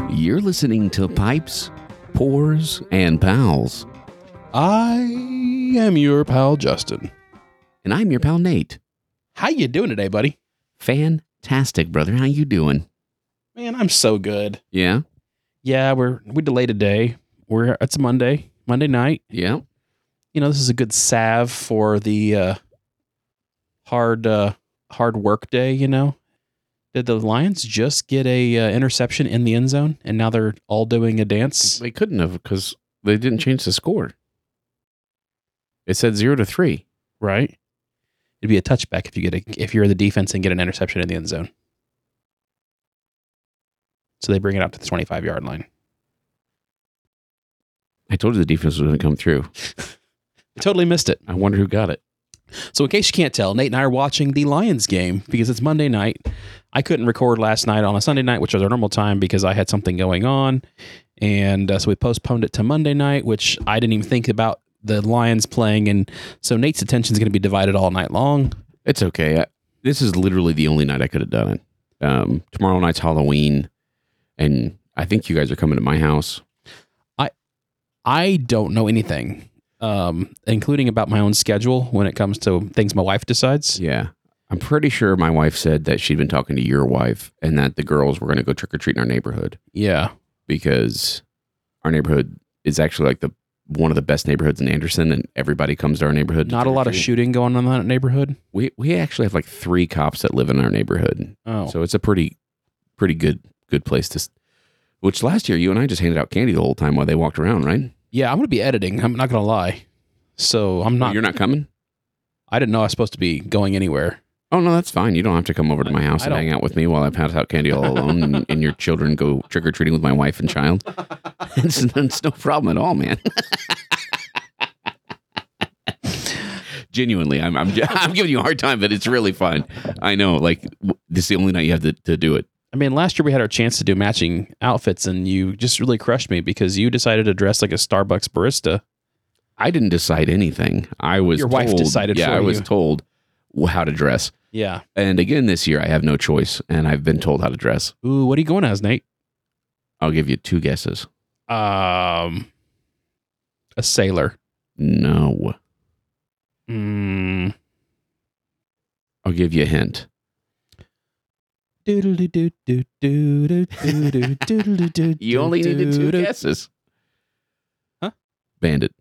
listening to Pipes, Pores, and Pals. I am your pal Justin. And I'm your pal Nate. How you doing today, buddy? Fantastic, brother. How you doing? Man, I'm so good. Yeah, Yeah, we're we delayed a day. We're it's Monday, Monday night. yeah. You know, this is a good salve for the uh hard uh hard work day, you know. Did the Lions just get a uh, interception in the end zone and now they're all doing a dance? They couldn't have because they didn't change the score. It said zero to three. Right? It'd be a touchback if you get a, if you're the defense and get an interception in the end zone. So they bring it out to the 25 yard line. I told you the defense was going to come through. I totally missed it. I wonder who got it. So, in case you can't tell, Nate and I are watching the Lions game because it's Monday night. I couldn't record last night on a Sunday night, which is our normal time, because I had something going on. And uh, so we postponed it to Monday night, which I didn't even think about the Lions playing. And so Nate's attention is going to be divided all night long. It's okay. I, this is literally the only night I could have done it. Um, tomorrow night's Halloween, and I think you guys are coming to my house. I don't know anything, um, including about my own schedule when it comes to things my wife decides. Yeah. I'm pretty sure my wife said that she'd been talking to your wife and that the girls were going to go trick or treat in our neighborhood Yeah. because our neighborhood is actually like the one of the best neighborhoods in Anderson and everybody comes to our neighborhood. to Not a lot of trick-or-treat. shooting going on in that neighborhood. We we actually have like 3 cops that live in our neighborhood. Oh. So it's a pretty pretty good good place to s- which last year you and I just handed out candy the whole time while they walked around, right? yeah, I'm going to be editing. I'm not going to lie. So I'm not You're not coming? I didn't know I was supposed to be going anywhere. Oh no, that's fine. You don't have to come over to my house I and don't- hang out with me while I pass out candy all alone, and, and your children go trick or treating with my wife and child. It's, it's no problem at all, man. Genuinely, I'm, I'm I'm giving you a hard time, but it's really fun. I know, like w- this is the only night you have to, to do it. I mean, last year we had our chance to do matching outfits, and you just really crushed me because you decided to dress like a Starbucks barista. I didn't decide anything. I was Your wife told- decided Yeah, for I was you. told w- how to dress, Yeah. and again this year I have no choice, and I've been told how to dress. Ooh, what are you going as, Nate? I'll give you two guesses. Um, a sailor. No. Mm. I'll give you a hint. you You only needed two guesses. Huh? Bandit.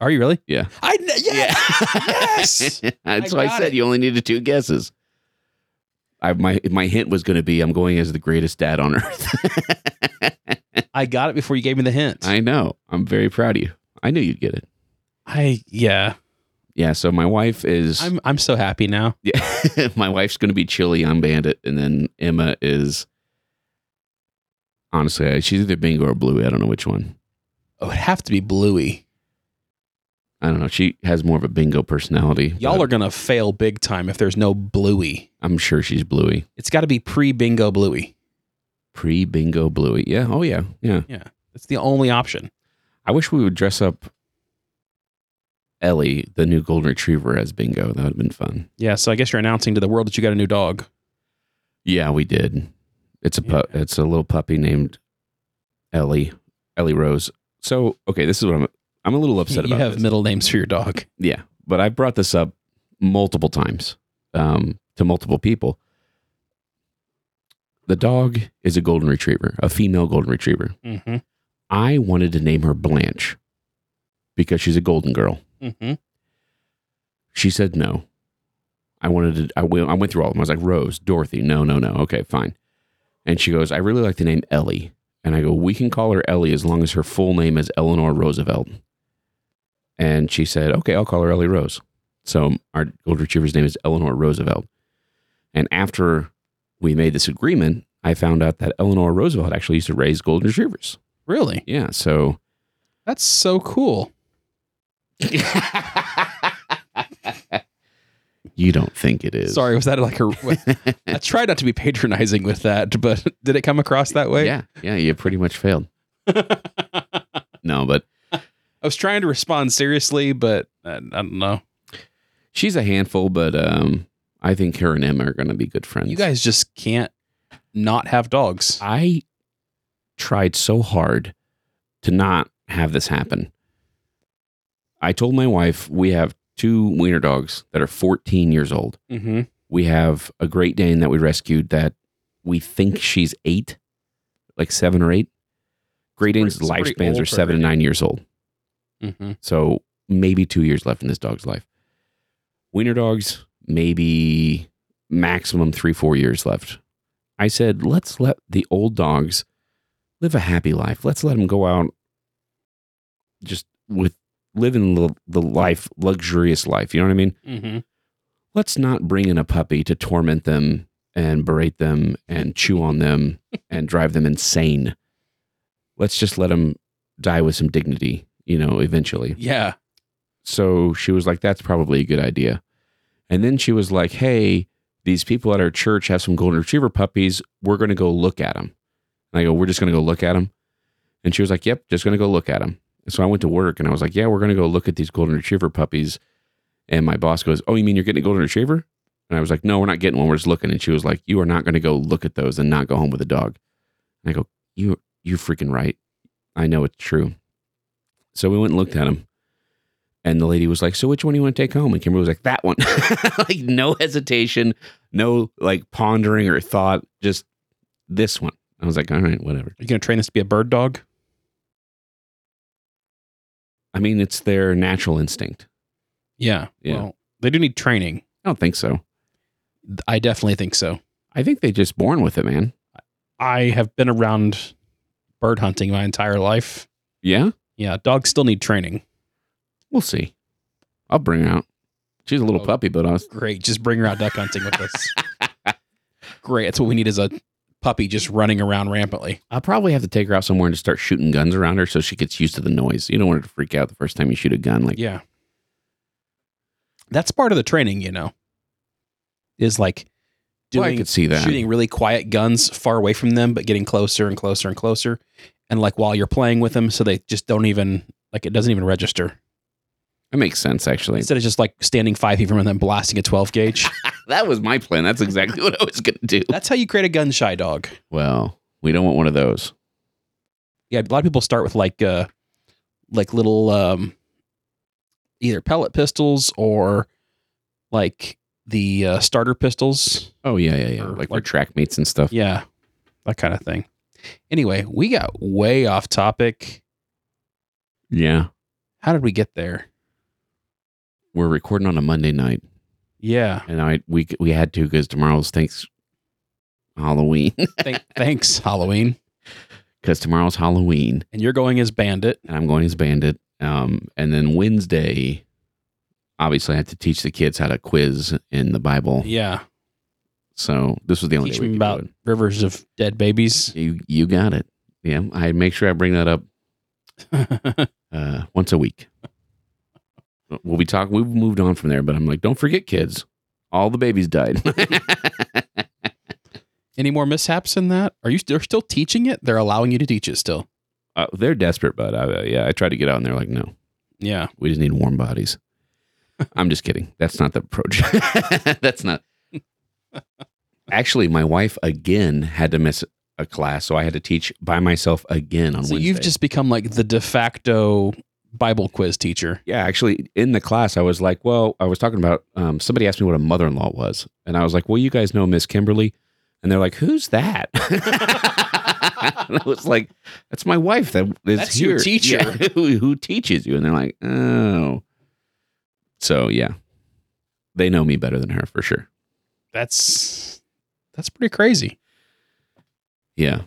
Are you really? Yeah. I kn- yes. yes. That's I why I got said it. you only needed two guesses. I, my my hint was going to be I'm going as the greatest dad on earth. I got it before you gave me the hint. I know. I'm very proud of you. I knew you'd get it. I yeah. Yeah. So my wife is I'm I'm so happy now. yeah, my wife's going to be chilly. I'm Bandit, and then Emma is honestly I- she's either Bingo or Bluey. I don't know which one. It would Oh, have to be Bluey. I don't know. She has more of a Bingo personality. Y'all but are gonna fail big time if there's no Bluey. I'm sure she's Bluey. It's got to be pre Bingo Bluey. Pre bingo bluey. Yeah. Oh, yeah. Yeah. That's the only option. I wish we would dress up Ellie, the new golden retriever, as bingo. That would have been fun. Yeah, so I guess you're announcing to the world that you got a new dog. Yeah, we did. It's a pu- it's a little puppy named Ellie, Ellie Rose. So, okay, this is what I'm I'm a little upset you about. have this. middle names for your dog. yeah, but I brought this up multiple times um, to multiple people. The dog is a golden retriever, a female golden retriever. Mm-hmm. I wanted to name her Blanche because she's a golden girl. Mm-hmm. She said no. I wanted to, I went, I went through all of them. I was like, Rose, Dorothy, no, no, no. Okay, fine. And she goes, I really like the name Ellie. And I go, we can call her Ellie as long as her full name is Eleanor Roosevelt. And she said, okay, I'll call her Ellie Rose. So our golden retriever's name is Eleanor Roosevelt. And after we made this agreement, I found out that Eleanor Roosevelt actually used to raise golden retrievers. Really? Yeah. So That's so cool. you don't think it is. Sorry, was that like a? I tried not to be patronizing with that, but did it come across that way? Yeah, yeah, you pretty much failed. no, but I was trying to respond seriously, but uh, I, I don't know. she's a handful, but um I think her and Emma are gonna be good friends. You guys just can't not have dogs. I tried so hard to not have this happen. I told my wife we have two wiener dogs that are 14 years old. Mm-hmm. We have a Great Dane that we rescued that we think she's eight, like seven or eight. Great Dane's It's pretty- it's pretty lifespans old are for a seven and Great Dane. nine years old. Mm-hmm. So maybe two years left in this dog's life. Wiener dogs, maybe maximum three, four years left. I said, let's let the old dogs live a happy life. Let's let them go out just with living the, the life, luxurious life. You know what I mean? Mm-hmm. Let's not bring in a puppy to torment them and berate them and chew on them and drive them insane. Let's just let them die with some dignity, you know, eventually. Yeah. So she was like, that's probably a good idea. And then she was like, hey, these people at our church have some golden retriever puppies. We're going to go look at them. And I go, we're just going to go look at them. And she was like, yep, just going to go look at them. So I went to work and I was like, yeah, we're going to go look at these golden retriever puppies. And my boss goes, oh, you mean you're getting a golden retriever? And I was like, no, we're not getting one. We're just looking. And she was like, you are not going to go look at those and not go home with a dog. And I go, you, you're freaking right. I know it's true. So we went and looked at them. And the lady was like, "So which one do you want to take home?" And Kimberly was like, "That one." like no hesitation, no like pondering or thought, just this one. I was like, "All right, whatever." you gonna train this to be a bird dog? I mean, it's their natural instinct. Yeah. Yeah. Well, they do need training. I don't think so. I definitely think so. I think they just born with it, man. I have been around bird hunting my entire life. Yeah, Yeah, dogs still need training. we'll see. I'll bring her out. She's a little Oh. puppy, but I was, Great. Just bring her out duck hunting with us. Great. That's what we need is a puppy just running around rampantly. I'll probably have to take her out somewhere and just start shooting guns around her so she gets used to the noise. You don't want her to freak out the first time you shoot a gun. Like, Yeah. That's part of the training, you know. Is like Well, I doing could see that. shooting really quiet guns far away from them, but getting closer and closer and closer. And like while you're playing with them, so they just don't even like it doesn't even register. That makes sense, actually. Instead of just like standing five feet from them and then blasting a twelve gauge. That was my plan. That's exactly what I was going to do. That's how you create a gun shy dog. Well, we don't want one of those. Yeah, a lot of people start with like uh like little um either pellet pistols or like the uh, starter pistols. Oh yeah, yeah, yeah. Or like for like- track meets and stuff. Yeah, that kind of thing. Anyway, we got way off topic. Yeah, How did we get there? we're recording on a Monday night, Yeah. and I we we had to because tomorrow's thanks Halloween Thank, thanks, Halloween. because tomorrow's Halloween, And you're going as Bandit. and I'm going as Bandit. Um, and then Wednesday, obviously, I had to teach the kids how to quiz in the Bible. Yeah. So this was the only Teach day we me could about do it. rivers of dead babies. You you got it. Yeah, I make sure I bring that up uh, once a week. We'll be talking. We've moved on from there, but I'm like, don't forget, kids. All the babies died. Any more mishaps in that? Are you they're still teaching it? They're allowing you to teach it still. uh, they're desperate, but I, uh, yeah, I tried to get out, and they're like, no, Yeah. we just need warm bodies. I'm just kidding. That's not the approach. That's not. Actually, my wife again had to miss a class, so I had to teach by myself again on so Wednesday. you've just become like the de facto Bible quiz teacher. Yeah, actually, in the class, I was like, well, I was talking about um, somebody asked me what a mother in law was. And I was like, well, you guys know Miss Kimberly. And they're like, who's that? and I was like, that's my wife that is That's here. your teacher. Yeah, who, who teaches you. And they're like, oh. So, yeah, they know me better than her for sure. That's that's pretty crazy. Yeah.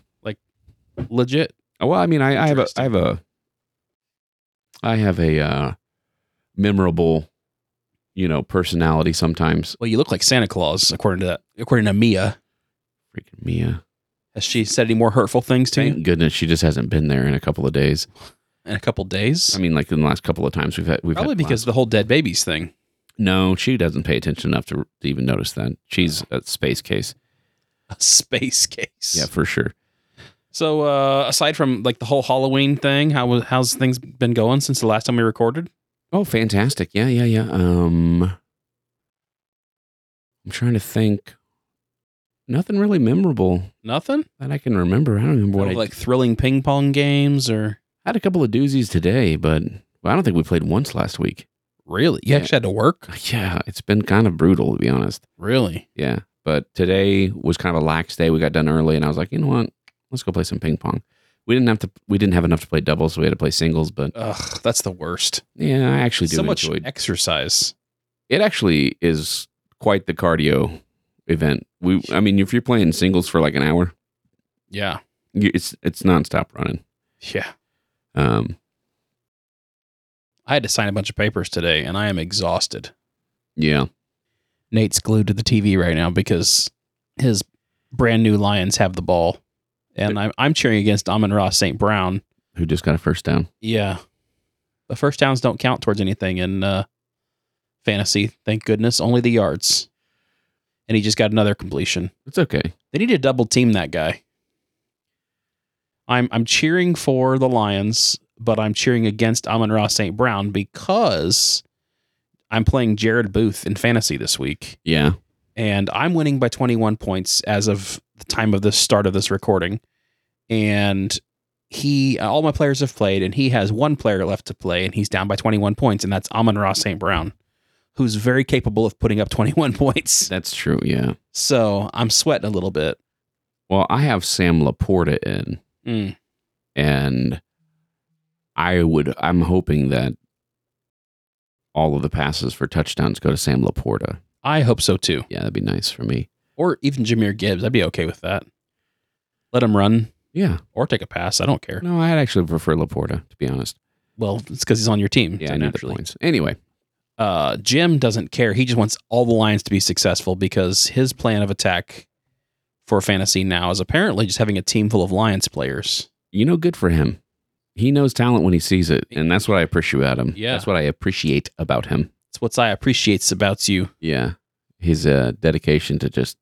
Legit. Well, I mean, I, I have a, I Interesting. have a, I have a uh, memorable, you know, personality sometimes. Well, you look like Santa Claus, according to that. According to Mia, Freaking Mia. has she said any more hurtful things to you Thank goodness she just hasn't been there in a couple of days. in a couple days? I mean, like in the last couple of times we've had, we've had Probably because class. of the whole dead babies thing. no, she doesn't pay attention enough to, to even notice that she's a space case. A space case. Yeah, for sure. So, uh, aside from like the whole Halloween thing, how was how's things been going since the last time we recorded? Oh, fantastic! Yeah, yeah, yeah. Um, I'm trying to think. Nothing really memorable Nothing? that I can remember. I don't remember what No, I Oh, like thrilling ping pong games or I had a couple of doozies today, but well, I don't think we played once last week. really? You Yeah. actually had to work? Yeah, it's been kind of brutal to be honest. Really? Yeah, but today was kind of a lax day. We got done early, and I was like, you know what? Let's go play some ping pong. We didn't have to. We didn't have enough to play doubles, so we had to play singles. But Ugh, that's the worst. yeah, I actually do so much enjoy. exercise. it actually is quite the cardio event. We, I mean, if you're playing singles for like an hour, Yeah. you, it's it's nonstop running. Yeah. Um, I had to sign a bunch of papers today and I am exhausted. yeah, Nate's glued to the TV right now because his brand new Lions have the ball. And I'm, I'm cheering against Amon Ross St. Brown. who just got a first down? Yeah. The first downs don't count towards anything in uh, fantasy. Thank goodness. Only the yards. And he just got another completion. It's okay. They need to double team that guy. I'm I'm cheering for the Lions, but I'm cheering against Amon Ross St. Brown because I'm playing Jared Booth in fantasy this week. Yeah, And I'm winning by 21 points as of the time of the start of this recording. And he all my players have played, and he has one player left to play, and he's down by 21 points, and that's Amon Ross St. Brown, who's very capable of putting up 21 points. that's true. Yeah. So I'm sweating a little bit. Well, I have Sam Laporta in, Mm. and I would. I'm hoping that all of the passes for touchdowns go to Sam Laporta. I hope so too. Yeah, that'd be nice for me. or even Jameer Gibbs. I'd be okay with that. Let him run Yeah. or take a pass. I don't care. No, I'd actually prefer Laporta to be honest. Well, it's because he's on your team. Yeah, so I need the naturally. points. Anyway, Uh, Jim doesn't care. He just wants all the Lions to be successful because his plan of attack for fantasy now is apparently just having a team full of Lions players. you know, good for him. He knows talent when he sees it, and that's what I appreciate about him. Yeah. that's what I appreciate about him. It's what I appreciates about you. Yeah, his uh, dedication to just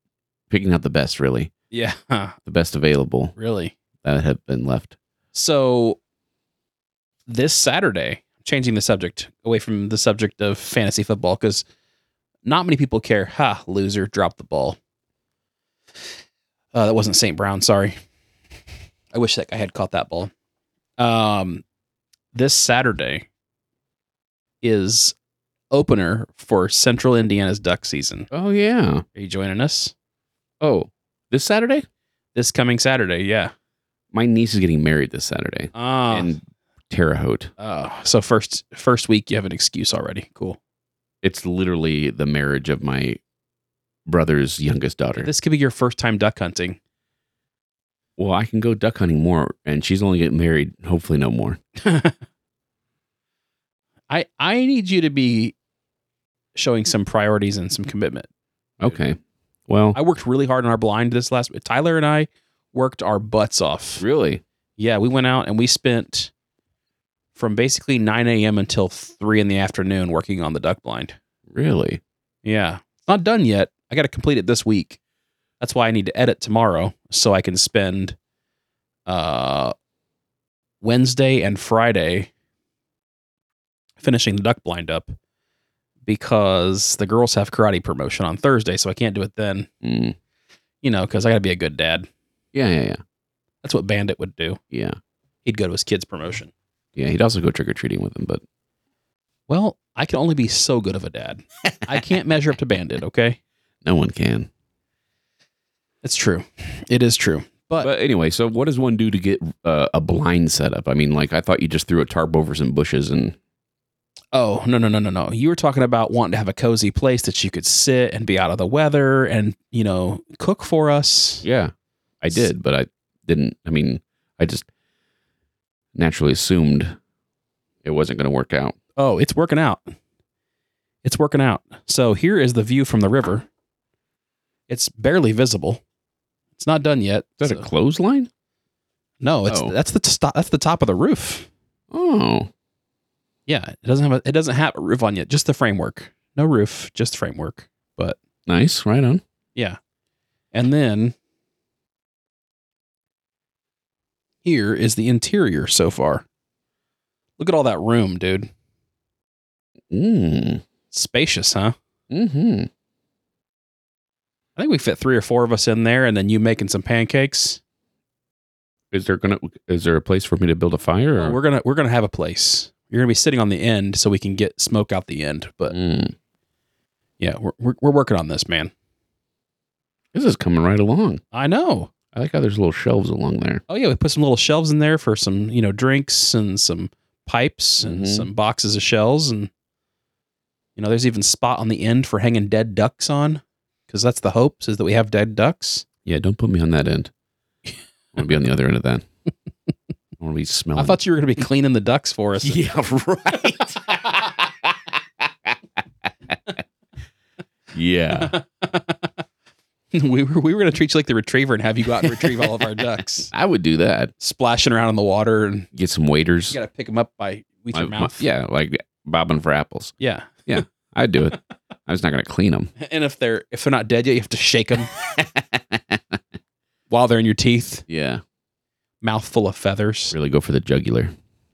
picking out the best, really, Yeah, the best available really. that have been left. So this Saturday, changing the subject away from the subject of fantasy football because not many people care. Ha, loser, drop the ball. Uh, that wasn't St. Brown. Sorry. I wish that I had caught that ball. Um, this Saturday is opener for Central Indiana's duck season. Oh yeah. Are you joining us Oh, this Saturday. this coming Saturday? Yeah. my niece is getting married this Saturday Ah. in Terre Haute. Oh, so first first week you have an excuse already. Cool. It's literally the marriage of my brother's youngest daughter. This could be your first time duck hunting. well, I can go duck hunting more, and she's only getting married. Hopefully, no more. I I need you to be showing some priorities and some commitment. Okay. Well, I worked really hard on our blind this last Tyler and I worked our butts off. really, Yeah, we went out and we spent from basically 9 a.m. until 3 in the afternoon working on the duck blind. really. Yeah. It's not done yet. I got to complete it this week. That's why I need to edit tomorrow so I can spend uh Wednesday and Friday finishing the duck blind up because the girls have karate promotion on Thursday, so I can't do it then, Mm. you know, cuz I got to be a good dad. Yeah, yeah, yeah, That's what Bandit would do. yeah, He'd go to his kids promotion. yeah. He'd also go trick or treating with him, but Well, I can only be so good of a dad. I can't measure up to Bandit, okay? no one can. It's true. It is true. But, But anyway, so what does one do to get uh, a blind setup? I mean, like I thought you just threw a tarp over some bushes and Oh, no, no, no, no, no. You were talking about wanting to have a cozy place that you could sit and be out of the weather and, you know, cook for us. Yeah, I did, but I didn't. I mean, I just naturally assumed it wasn't going to work out. Oh, it's working out. It's working out. So here is the view from the river. It's barely visible. It's not done yet. Is that So- a clothesline? no, it's Oh. that's the t- that's the top of the roof. Oh, Yeah, it doesn't have a, it doesn't have a roof on yet. Just the framework. No roof, just framework. But nice. Right on. Yeah. And then here is the interior so far. Look at all that room, dude. Mm. Mm-hmm. Spacious, huh? Hmm. I think we fit three or four of us in there, and then you making some pancakes. Is there gonna is there a place for me to build a fire? Or? Oh, We're gonna we're gonna have a place. You're gonna be sitting on the end, so we can get smoke out the end. But Mm. yeah, we're we're, we're working on this, man. this is coming right along. I know. I like how there's little shelves along there. Oh yeah, we put some little shelves in there for some you know drinks and some pipes and Mhm. some boxes of shells, and you know there's even spot on the end for hanging dead ducks on, because that's the hopes is that we have dead ducks. Yeah, don't put me on that end. I want to be on the other end of that. I want to be smelling. I thought you were gonna be cleaning the ducks for us. yeah, right. yeah. we were we were gonna treat you like the retriever and have you go out and retrieve all of our ducks, I would do that. splashing around in the water, and Get some waiters. you gotta pick them up by with your My- my- mouth. yeah, like bobbing for apples. yeah. I'd do it. I was not going to clean them. And if they're if they're not dead yet, you have to shake them while they're in your teeth, Yeah. mouthful of feathers. Really go for the jugular.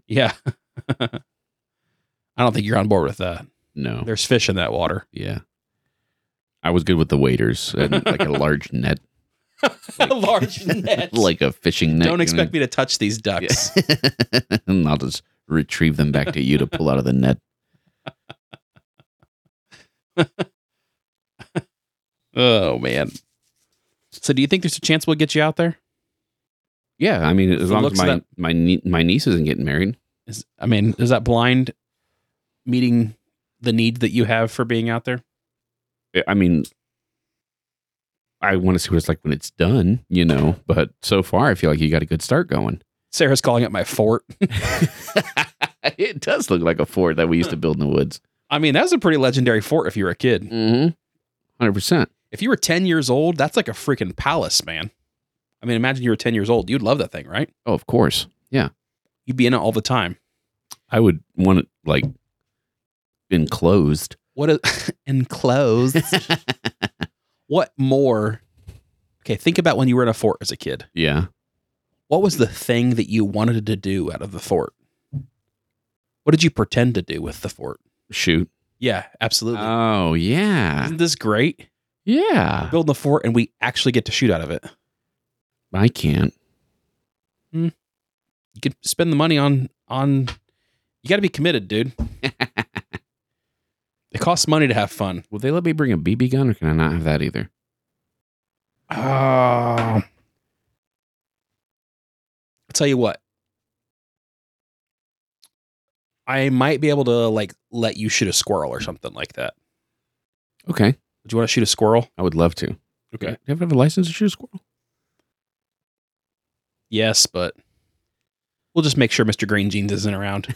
Yeah. I don't think you're on board with that. No. There's fish in that water. Yeah. I was good with the waiters and like a large net, A large net. like a fishing net. don't expect me to touch these ducks. me. and I'll just retrieve them back to you to pull out of the net. Oh man. So do you think there's a chance we'll get you out there? Yeah. I mean, as The long as looks of my, that- my, nie- my niece isn't getting married. Is I mean, is that blind meeting the need that you have for being out there? eh, I- I mean, I want to see what it's like when it's done, you know, but so far I feel like you got a good start going. Sarah's calling it my fort. it does look like a fort that we used to build in the woods. I mean, that was a pretty legendary fort if you were a kid. Mm-hmm. Hundred percent. If you were 10 years old, that's like a freaking palace, man. I mean, imagine you were 10 years old. You'd love that thing, right? Oh, of course. You'd be in it all the time. I would want it like enclosed. What a enclosed. what more? Okay, think about when you were in a fort as a kid. Yeah. What was the thing that you wanted to do out of the fort? What did you pretend to do with the fort? Shoot. Yeah, absolutely. Oh yeah. Isn't this great? Yeah. Building the fort and we actually get to shoot out of it. I can't. You could spend the money on on you got to be committed, dude. it costs money to have fun. Will they let me bring a BB gun, or can I not have that either? Oh. I'll tell you what. I might be able to like let you shoot a squirrel or something like that. Okay. Would you want to shoot a squirrell? I would love to. Do you ever have a license to shoot a squirrel? Yes, but we'll just make sure Mr. Green Jeans isn't around.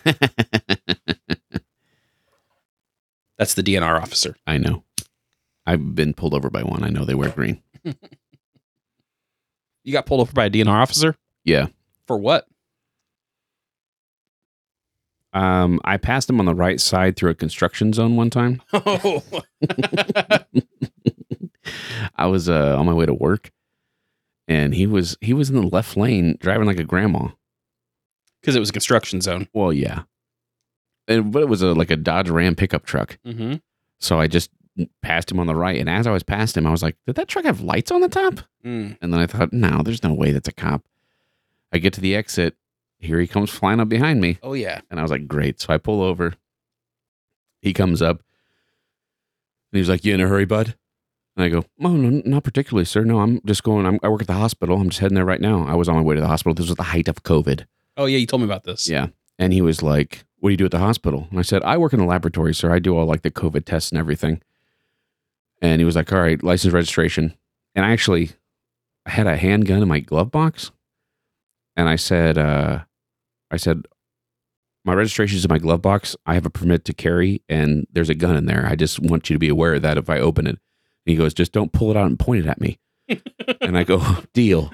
That's the DNR officer. I know. I've been pulled over by one. I know they wear green. You got pulled over by a DNR officer? Yeah. For what? Um, I passed him on the right side through a construction zone one time. Oh. I was uh, on my way to work, and he was he was in the left lane driving like a grandma. Because it was a construction zone. Well, yeah, and, but it was a like a Dodge Ram pickup truck. Mm-hmm. So I just passed him on the right, and as I was past him, I was like, "Did that truck have lights on the top?" Mm. And then I thought, "No, there's no way that's a cop." I get to the exit. Here he comes flying up behind me. Oh, yeah. And I was like, great. So I pull over. He comes up and he was like, You in a hurry, bud? And I go, Oh, no, not particularly, sir. No, I'm just going. I'm, I work at the hospital. I'm just heading there right now. I was on my way to the hospital. This was the height of COVID. Oh, yeah. You told me about this. Yeah. And he was like, What do you do at the hospital? And I said, I work in the laboratory, sir. I do all like the COVID tests and everything. And he was like, All right, license registration. And I actually I had a handgun in my glove box. And I said, uh, I said, my registration is in my glove box. I have a permit to carry, and there's a gun in there. I just want you to be aware of that if I open it. And he goes, just don't pull it out and point it at me. and I go, deal.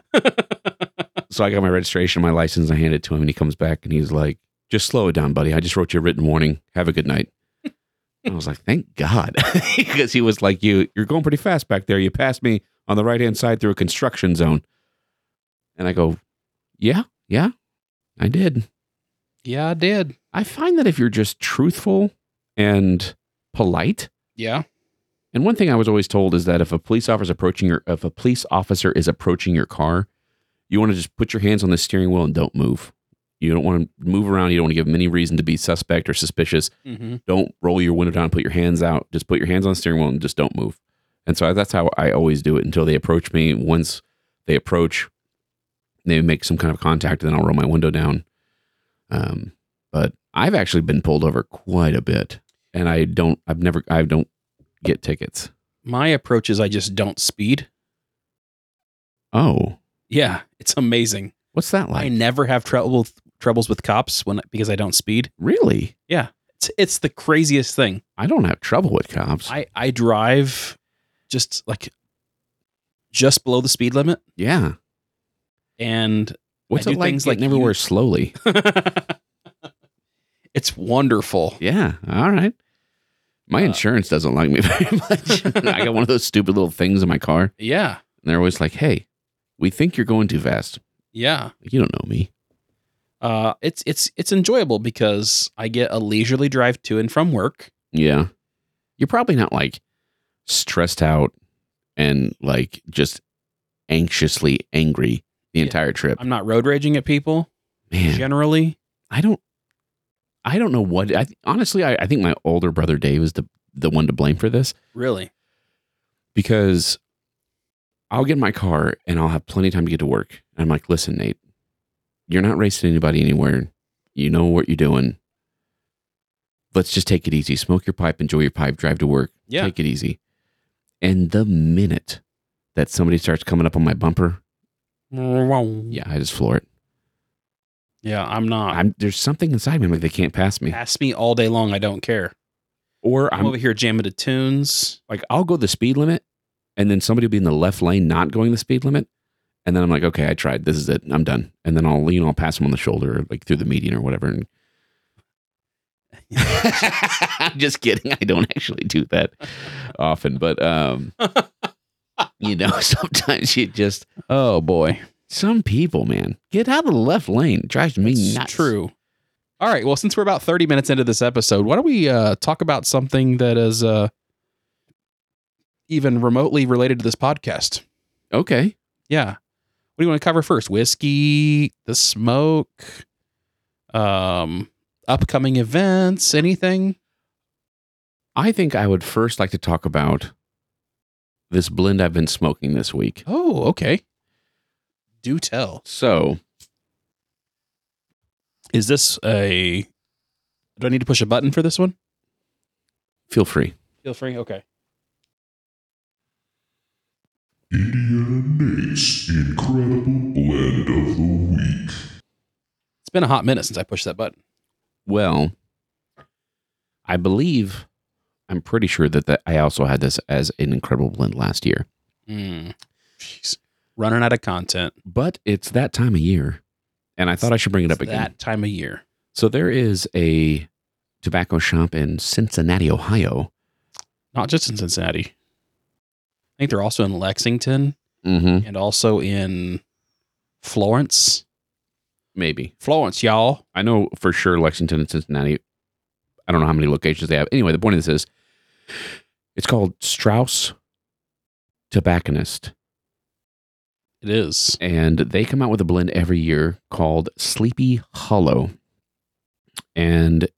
so I got my registration, my license, I hand it to him, and he comes back and he's like, just slow it down, buddy. I just wrote you a written warning. Have a good night. And I was like, thank God. Because he was like, you, you're going pretty fast back there. You passed me on the right hand side through a construction zone. And I go, yeah, yeah, I did. Yeah, I did. I find that if you're just truthful and polite, Yeah. And one thing I was always told is that if a police officer approaching your if a police officer is approaching your car, you want to just put your hands on the steering wheel and don't move. You don't want to move around. You don't want to give them any reason to be suspect or suspicious. Mm-hmm. Don't roll your window down. Put your hands out. Just put your hands on the steering wheel and just don't move. And so that's how I always do it until they approach me. Once they approach, they make some kind of contact, and then I'll roll my window down. Um, but I've actually been pulled over quite a bit, and I don't. I've never. I don't get tickets. My approach is I just don't speed. Oh, Yeah, it's amazing. what's that I like? never have trouble troubles with cops when because I don't speed. Really? It's, it's the craziest thing. I don't have trouble with cops. I I drive just like just below the speed limit yeah. and What's I it do like things getting like everywhere you- slowly? it's wonderful. Yeah. All right. My Uh, insurance doesn't like me very much. I got one of those stupid little things in my car, and Yeah. they're always like, "Hey, we think you're going too fast. Yeah. Like, You don't know me." Uh it's it's it's enjoyable because I get a leisurely drive to and from work. Yeah. You're probably not like stressed out and like just anxiously angry the Yeah. entire trip. I'm not road raging at people Man, generally. I don't, I don't know what. I honestly, I, I think my older brother Dave is the the one to blame for this Really. because I'll get in my car and I'll have plenty of time to get to work. And I'm like, listen, Nate, you're not racing anybody anywhere. You know what you're doing. Let's just take it easy. Smoke your pipe, enjoy your pipe, drive to work. Yeah. Take it easy. And the minute that somebody starts coming up on my bumper, Yeah. Mm-hmm. yeah, I just floor it. Yeah, I'm not. I'm there's something inside me. I'm like, they can't pass me. Ask me all day long. I don't care. Or I'm, I'm over here jamming to tunes. like I'll go the speed limit and then somebody will be in the left lane not going the speed limit. And then I'm like, okay, I tried. This is it. I'm done. And then I'll you know, I'll pass them on the shoulder or like through the median or whatever. And I'm just kidding. I don't actually do that often. But um you know, sometimes you just Oh boy, some people, man, get out of the left lane. It drives me it's nuts. true. All right. Well, since we're about 30 minutes into this episode, why don't we uh, talk about something that is uh, even remotely related to this podcast? Okay. Yeah. What do you want to cover first? Whiskey, the smoke, um, upcoming events, anything? I think I would first like to talk about this blend I've been smoking this week. Oh, okay. Do tell. So Is this a? Do I need to push a button for this one? feel free. Feel free. Okay. Indiana Nate's Incredible Blend of the Week. It's been a hot minute since I pushed that button. Well, I believe I'm pretty sure that, that I also had this as an incredible blend last year. Jeez. Mm. Running out of content. But it's that time of year, and I thought I should bring it up It's again. That time of year. So there is a tobacco shop in Cincinnati, Ohio. Not just in Cincinnati. I think they're also in Lexington Mm-hmm. and also in Florence. Maybe Florence, y'all. I know for sure Lexington and Cincinnati. I don't know how many locations they have. Anyway, the point of this is, it's called Strauss Tobacconist. It is. and they come out with a blend every year called Sleepy Hollow. And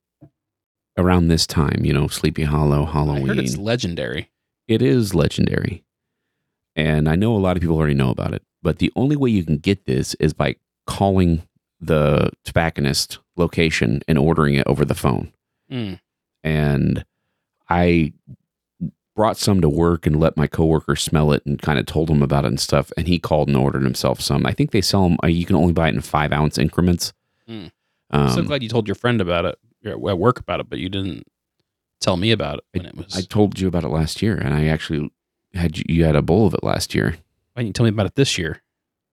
around this time, you know, Sleepy Hollow, I heard it's Halloween, legendary. it is legendary. And I know a lot of people already know about it, but the only way you can get this is by calling the tobacconist location and ordering it over the phone Mm. and I brought some to work and let my coworker smell it and kind of told him about it and stuff. And he called and ordered himself some. I think they sell them. You can only buy it in five ounce increments. Hmm. Um, I'm so glad you told your friend about it, you're at work about it, but you didn't tell me about it when it was. I told you about it last year, and I actually had you, you had a bowl of it last year. why didn't you tell me about it this year?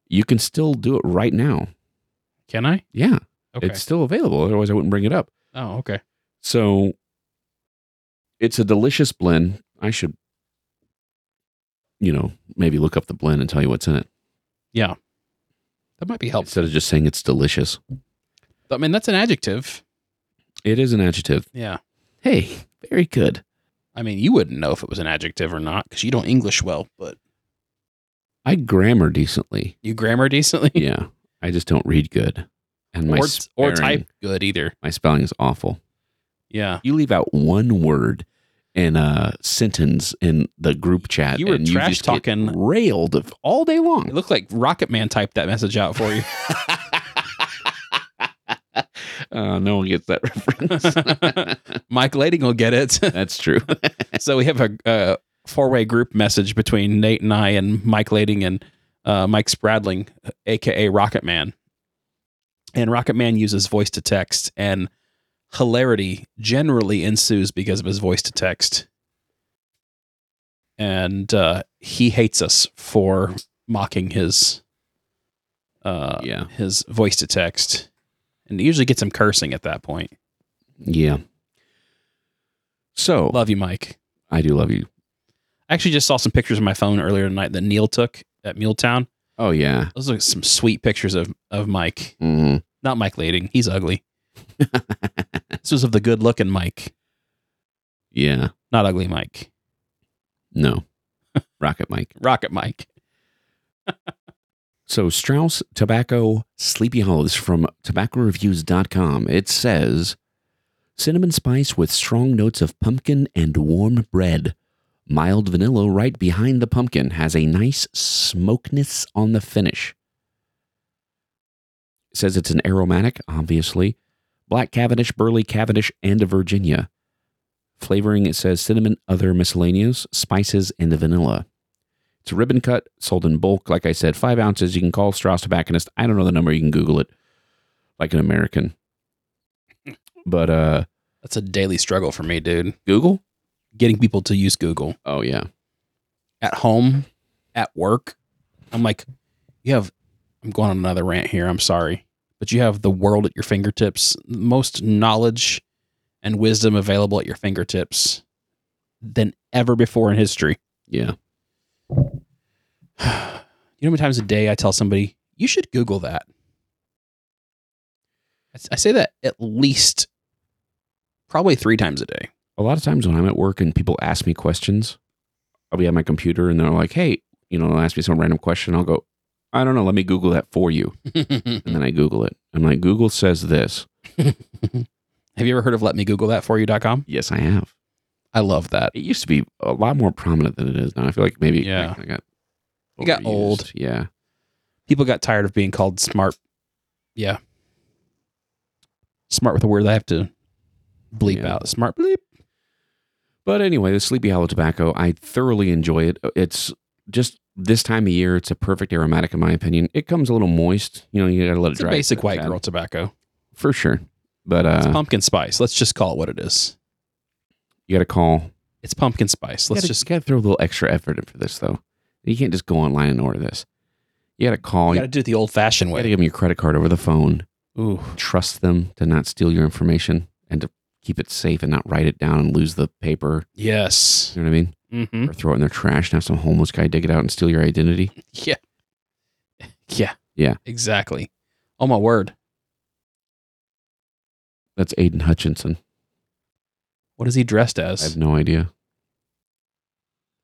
You can still do it right now. Can I? Yeah, Okay. it's still available. Otherwise, I wouldn't bring it up. oh, okay. So it's a delicious blend. I should, you know, maybe look up the blend and tell you what's in it. That might be helpful. instead of just saying it's delicious. I mean, that's an adjective. It is an adjective. Yeah. Hey, very good. I mean, you wouldn't know if it was an adjective or not because you don't English well, but I grammar decently. you grammar decently Yeah. I just don't read good. And my or, or spelling- type good either. my spelling is awful. Yeah. You leave out one word in a sentence in the group chat. You were and trash just get talking. railed of- all day It long. looked like Rocket Man typed that message out for you. Uh, no one gets that reference. Mike Lading will get it. That's true. so we have a, a four-way group message between Nate and I and Mike Lading and uh, Mike Spradling, aka Rocket Man. And Rocket Man uses voice to text, and hilarity generally ensues because of his voice to text. And uh, he hates us for mocking his uh, Yeah. his voice to text, and it usually gets him cursing at that point. Yeah. So Love you, Mike. I do love you. I actually just saw some pictures on my phone earlier tonight that Neil took at Muletown. Oh yeah. Those are some sweet pictures of of Mike. hmm Not Mike Lading. He's ugly. this was of the good looking Mike, Yeah. not ugly Mike. No. Rocket Mike. Rocket Mike. So Strauss Tobacco Sleepy Hollow this is from tobaccoreviews.com. It says cinnamon spice with strong notes of pumpkin and warm bread. Mild vanilla right behind the pumpkin has a nice smokiness on the finish. It says it's an aromatic, obviously. Black Cavendish, Burley Cavendish, and a Virginia. Flavoring, it says cinnamon, other miscellaneous, spices, and vanilla. It's a ribbon cut, sold in bulk. Like I said, five ounces. You can call Strauss Tobacconist. I don't know the number. You can Google it like an American. But uh That's a daily struggle for me, dude. Google? Getting people to use Google Oh, yeah. at home, at work. I'm like, you have, I'm going on another rant here. I'm sorry. But you have the world at your fingertips, most knowledge and wisdom available at your fingertips than ever before in history. Yeah. you know how many times a day I tell somebody, you should Google that? I s- I say that at least probably three times a day. A lot of times when I'm at work and people ask me questions, I'll be at my computer and they're like, hey, you know, they'll ask me some random question. I'll go, I don't know. Let me Google that for you. And then I Google it. I'm like, Google says this. Have you ever heard of let me Google that for you.com? Yes, I have. I love that. It used to be a lot more prominent than it is now. I feel like maybe Yeah. I got, It got old. overused. Yeah. People got tired of being called smart. Yeah. Smart with a word I have to bleep Yeah. out. Smart bleep. But anyway, the Sleepy Hollow tobacco, I thoroughly enjoy it. It's just this time of year, it's a perfect aromatic in my opinion. It comes a little moist, you know, you gotta let It's it a dry. basic white Yeah, girl tobacco. for sure. But It's uh, pumpkin spice. Let's just call it what it is. you gotta call. It's pumpkin spice. Let's you gotta, just you gotta throw a little extra effort in for this though. You can't just go online and order this. You gotta call. you You got to do it the old fashioned gotta way. give them your credit card over the phone. Ooh. Trust them to not steal your information and to keep it safe and not write it down and lose the paper. Yes. You know what I mean? Mm-hmm. Or throw it in their trash and have some homeless guy dig it out and steal your identity. Yeah. Yeah. Yeah. Exactly. Oh my word. That's Aiden Hutchinson. What is he dressed I as? have no idea.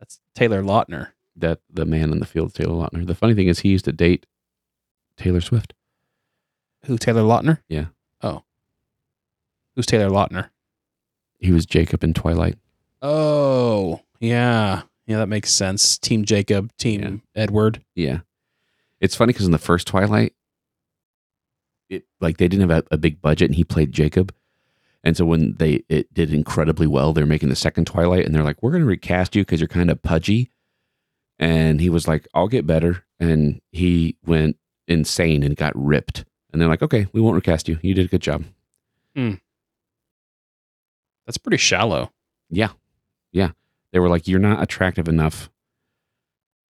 That's Taylor Lautner. that the man in the field, Taylor Lautner. The funny thing is, he used to date Taylor Swift. Who Taylor Lautner? Yeah. Oh. Who's Taylor Lautner? He was Jacob in Twilight. Oh, yeah. Yeah, that makes sense. Team Jacob, team Edward. Yeah, it's funny because in the first Twilight, it like they didn't have a, a big budget, and he played Jacob. And so when they it did incredibly well, they're making the second Twilight, and they're like, "We're going to recast you because you're kind of pudgy." And he was like, "I'll get better," and he went insane and got ripped. And they're like, "Okay, we won't recast you. You did a good job." That's pretty shallow. They were like, "You're not attractive enough.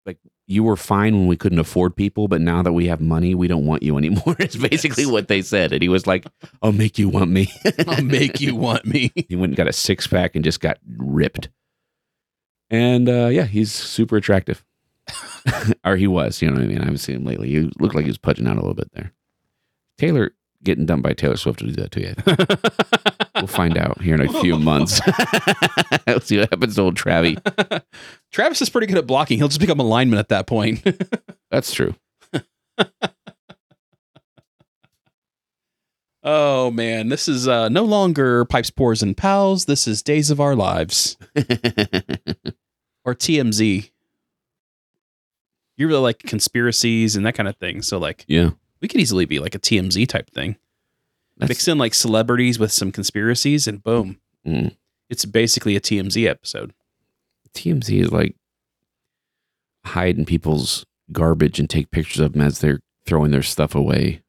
Like you were fine when we couldn't afford people, but now that we have money, we don't want you anymore." It's basically Yes. what they said, and he was like, "I'll make you want me. I'll make you want me. He went and got a six pack and just got ripped. And uh, yeah, he's super attractive, or he was. You know what I mean? I haven't seen him lately. He looked like he was pudging out a little bit there. Taylor getting dumped by Taylor Swift would do that to you. We'll find out here in a few months. Let's see what happens to old Travie. Travis is pretty good at blocking. He'll just become a lineman at that point. That's true. oh man, this is uh, no longer pipes, pores, and pals. This is days of our lives or TMZ. You really like conspiracies and that kind of thing. So like, yeah. we could easily be like a TMZ type thing. Mix in like celebrities with some conspiracies, and boom, Mm. it's basically a TMZ episode. TMZ is like hide in people's garbage and take pictures of them as they're throwing their stuff away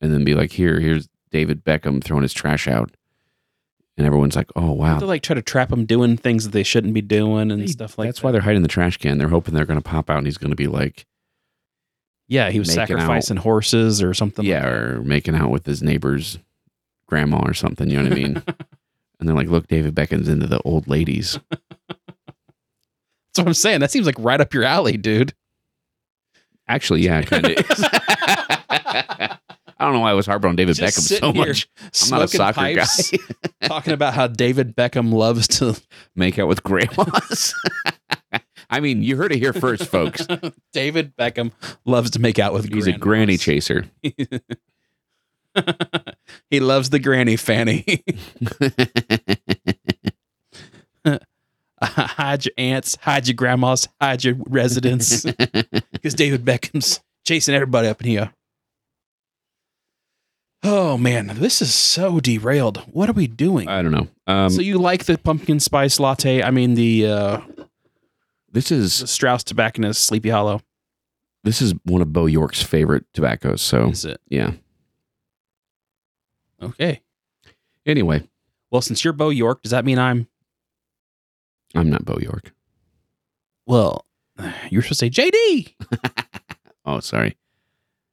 and then be like, here, here's David Beckham throwing his trash out. And everyone's like, oh, wow. They like try to trap them doing things that they shouldn't be doing and They- stuff like That's that. why they're hiding the trash can. They're hoping they're going to pop out and he's going to be like, yeah, he was making out. sacrificing horses or something. yeah, like or making out with his neighbor's grandma or something. You know what I mean? and they're like, look, David Beckham's into the old ladies. That's what I'm saying. That seems like right up your alley, dude. Actually, yeah, kind of. I don't know why I was harping on David Just Beckham sit so here, much. I'm not a Smoking soccer pipes, talking about how David Beckham loves to Make out with grandmas. I mean, you heard it here first, folks. David Beckham loves to make out with. He's a granny grandmas. chaser. he loves the granny fanny. hide your aunts, hide your grandmas, hide your residents. Because David Beckham's chasing everybody up in here. Oh man, this is so derailed. What are we doing? I don't know. Um, so you like the pumpkin spice latte? I mean the, uh, this the is Strauss tobacconist Sleepy Hollow. this is one of Bo York's favorite tobaccos. So Is it yeah. okay? Anyway, Well, since you're Bo York, does that mean I'm I'm not Bo York. well? You're supposed to say JD, Oh, sorry.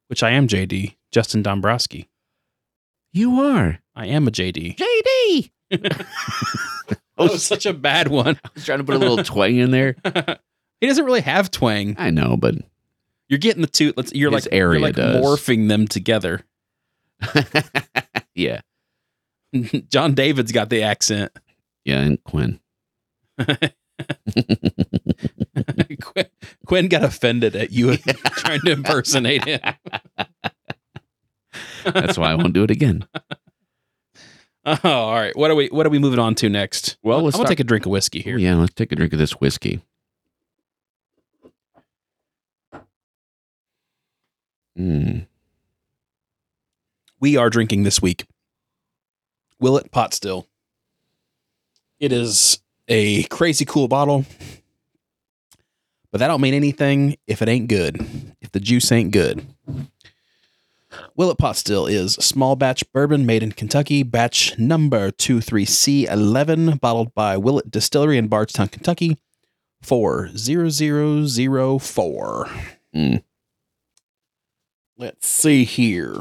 which I am JD Justin Dombrowski. You are I am a JD. JD. Oh, such a bad one. I was trying to put a little twang in there. he doesn't really have twang. I know, but You're getting the two. Let's. You're His like area You're like does. morphing them together. yeah, John David's got the accent. yeah, and Quinn. Quinn, Quinn got offended at you trying to impersonate him. That's why I won't do it again. Oh, all right. What are we? What are we moving on to next? Well, I'm let's gonna talk- take a drink of whiskey here. Oh, Yeah, let's take a drink of this whiskey. Mm. we are drinking this week. Will it pot still? It is a crazy cool bottle, but that don't mean anything if it ain't good. If the juice ain't good. Will it pot still is a small batch bourbon made in Kentucky, batch number 23C11, bottled by Willett Distillery in Bardstown, Kentucky, 40004. Mm. Let's see here.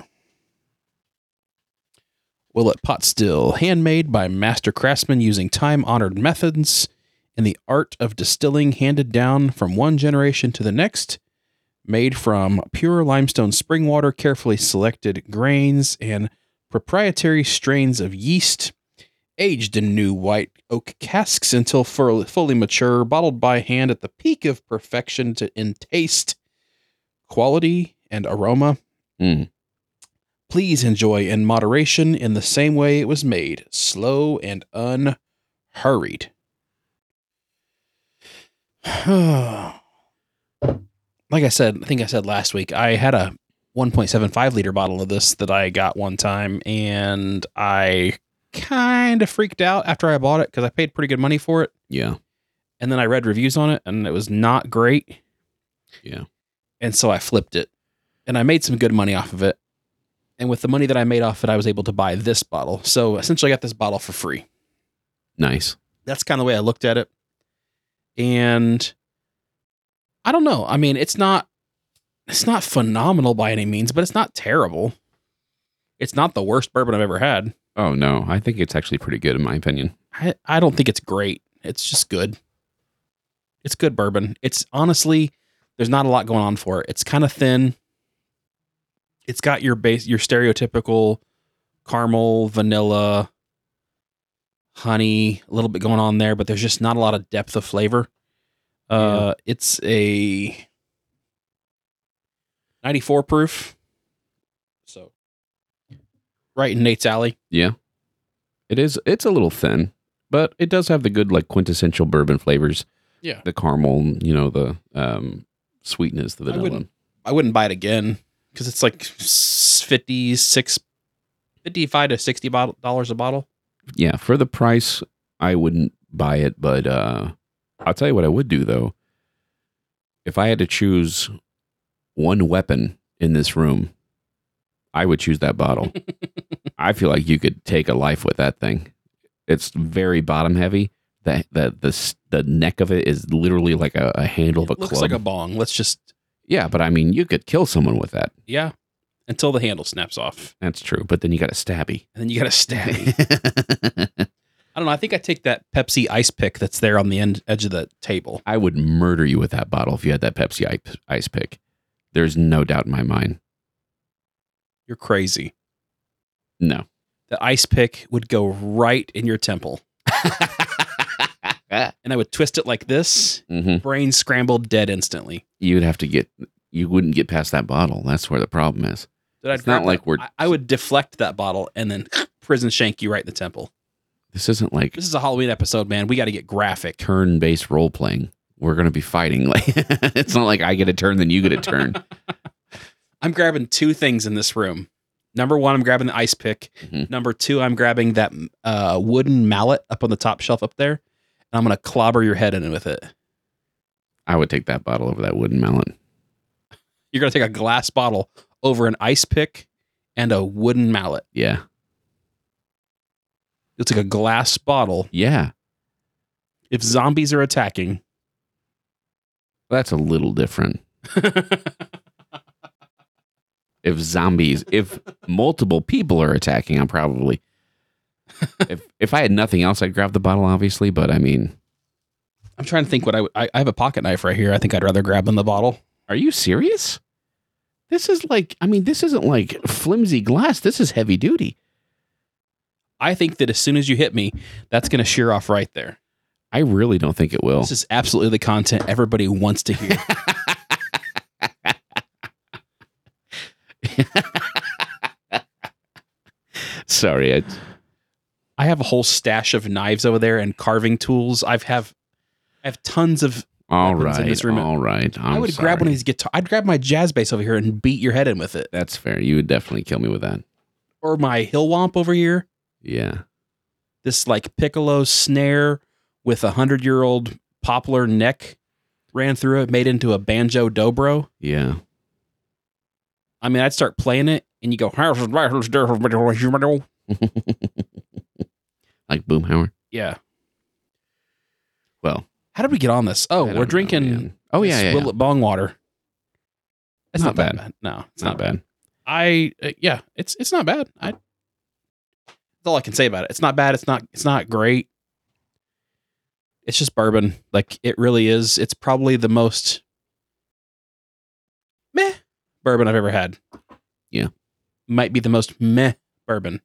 Willet Pot Still, handmade by master craftsmen using time honored methods and the art of distilling handed down from one generation to the next. Made from pure limestone spring water, carefully selected grains, and proprietary strains of yeast. Aged in new white oak casks until fur- fully mature, bottled by hand at the peak of perfection to, in taste, quality, and aroma. Mm. Please enjoy in moderation in the same way it was made, slow and unhurried. like I said, I think I said last week, I had a 1.75 liter bottle of this that I got one time, and I kind of freaked out after I bought it because I paid pretty good money for it. Yeah, And then I read reviews on it, and it was not great. Yeah. And so I flipped it, and I made some good money off of it. And with the money that I made off it, I was able to buy this bottle. So essentially, I got this bottle for free. nice. That's kind of the way I looked at it. And I don't know. I mean, it's not it's not phenomenal by any means, but it's not terrible. It's not the worst bourbon I've ever had. Oh no, I think it's actually pretty good in my opinion. I, I don't think it's great. It's just good. It's good bourbon. It's honestly, there's not a lot going on for it. It's kind of thin. It's got your base, your stereotypical caramel, vanilla, honey, a little bit going on there, but there's just not a lot of depth of flavor. Uh, It's a 94 proof. So, right in Nate's alley. Yeah. It is it's a little thin, but it does have the good like quintessential bourbon flavors. Yeah. The caramel, you know, the um sweetness, the I vanilla. wouldn't- I wouldn't buy it again because it's like s- 56, 55 to 60 bottle, dollars a bottle. Yeah, for the price, I wouldn't buy it, but uh I'll tell you what I would do though. If I had to choose one weapon in this room, I would choose that bottle. I feel like you could take a life with that thing. It's very bottom heavy. That the the s- the neck of it is literally like a, a handle of a It looks club. like a bong. Let's just, Yeah, but I mean, you could kill someone with that. yeah, until the handle snaps off. That's true. But then you e. got a stabby. And then you got to stab it. I don't know. I think I take that Pepsi ice pick that's there on the end edge of the table. I would murder you with that bottle if you had that Pepsi ice, ice pick. There's no doubt in my mind. You're crazy. No. The ice pick would go right in your temple. And I would twist it like this, hmm brain scrambled dead instantly. You'd have to get. You wouldn't get past that bottle. That's where the problem is. That It's not grab like that- we're- I, I would deflect that bottle and then prison shank you right in the temple. This isn't like This is a Halloween episode, man. We got to get graphic. turn-based role playing. We're gonna be fighting. Like it's not like I get a turn, then you get a turn. I'm grabbing two things in this room. Number one, I'm grabbing the ice pick. Mhm. Number two, I'm grabbing that uh, wooden mallet up on the top shelf up there, and I'm gonna clobber your head in with it. I would take that bottle over that wooden melon. You're gonna take a glass bottle over an ice pick and a wooden mallet. Yeah, You'll take a glass bottle yeah. if zombies are attacking. That's a little different. if zombies if multiple people are attacking i'm probably if if i had nothing else i'd grab the bottle obviously but i mean I'm trying to think what I would- I- I have a pocket knife right here. I think I'd rather grab than the bottle. are you serious this is like i mean this isn't like flimsy glass this is heavy duty I think that as soon as you hit me, that's gonna shear off right there. i really don't think it will This is absolutely the content everybody wants to hear. sorry I, I have a whole stash of knives over there and carving tools. I've have I have tons of. all Weapons in right this room. all right I'm i would grab one sorry. of these guitar. I'd grab my jazz bass over here and beat your head in with it, that's fair you would definitely kill me with that or my hill womp over here. yeah This like piccolo snare with a hundred year old poplar neck ran through it, made into a banjo dobro. yeah I mean, I'd start playing it, and you go. like boomhauer Yeah. well How did we get on this? Oh, I don't we're know, drinking. man. oh yeah, this yeah, yeah. Willet Bong water. It's Not not, bad. bad. No, it's not, bad. bad I uh, yeah, it's it's not bad. I that's all I can say about it. It's not bad. It's not it's not great. It's just bourbon. Like it really is. It's probably the most meh bourbon I've ever had. Yeah. might be the most meh bourbon.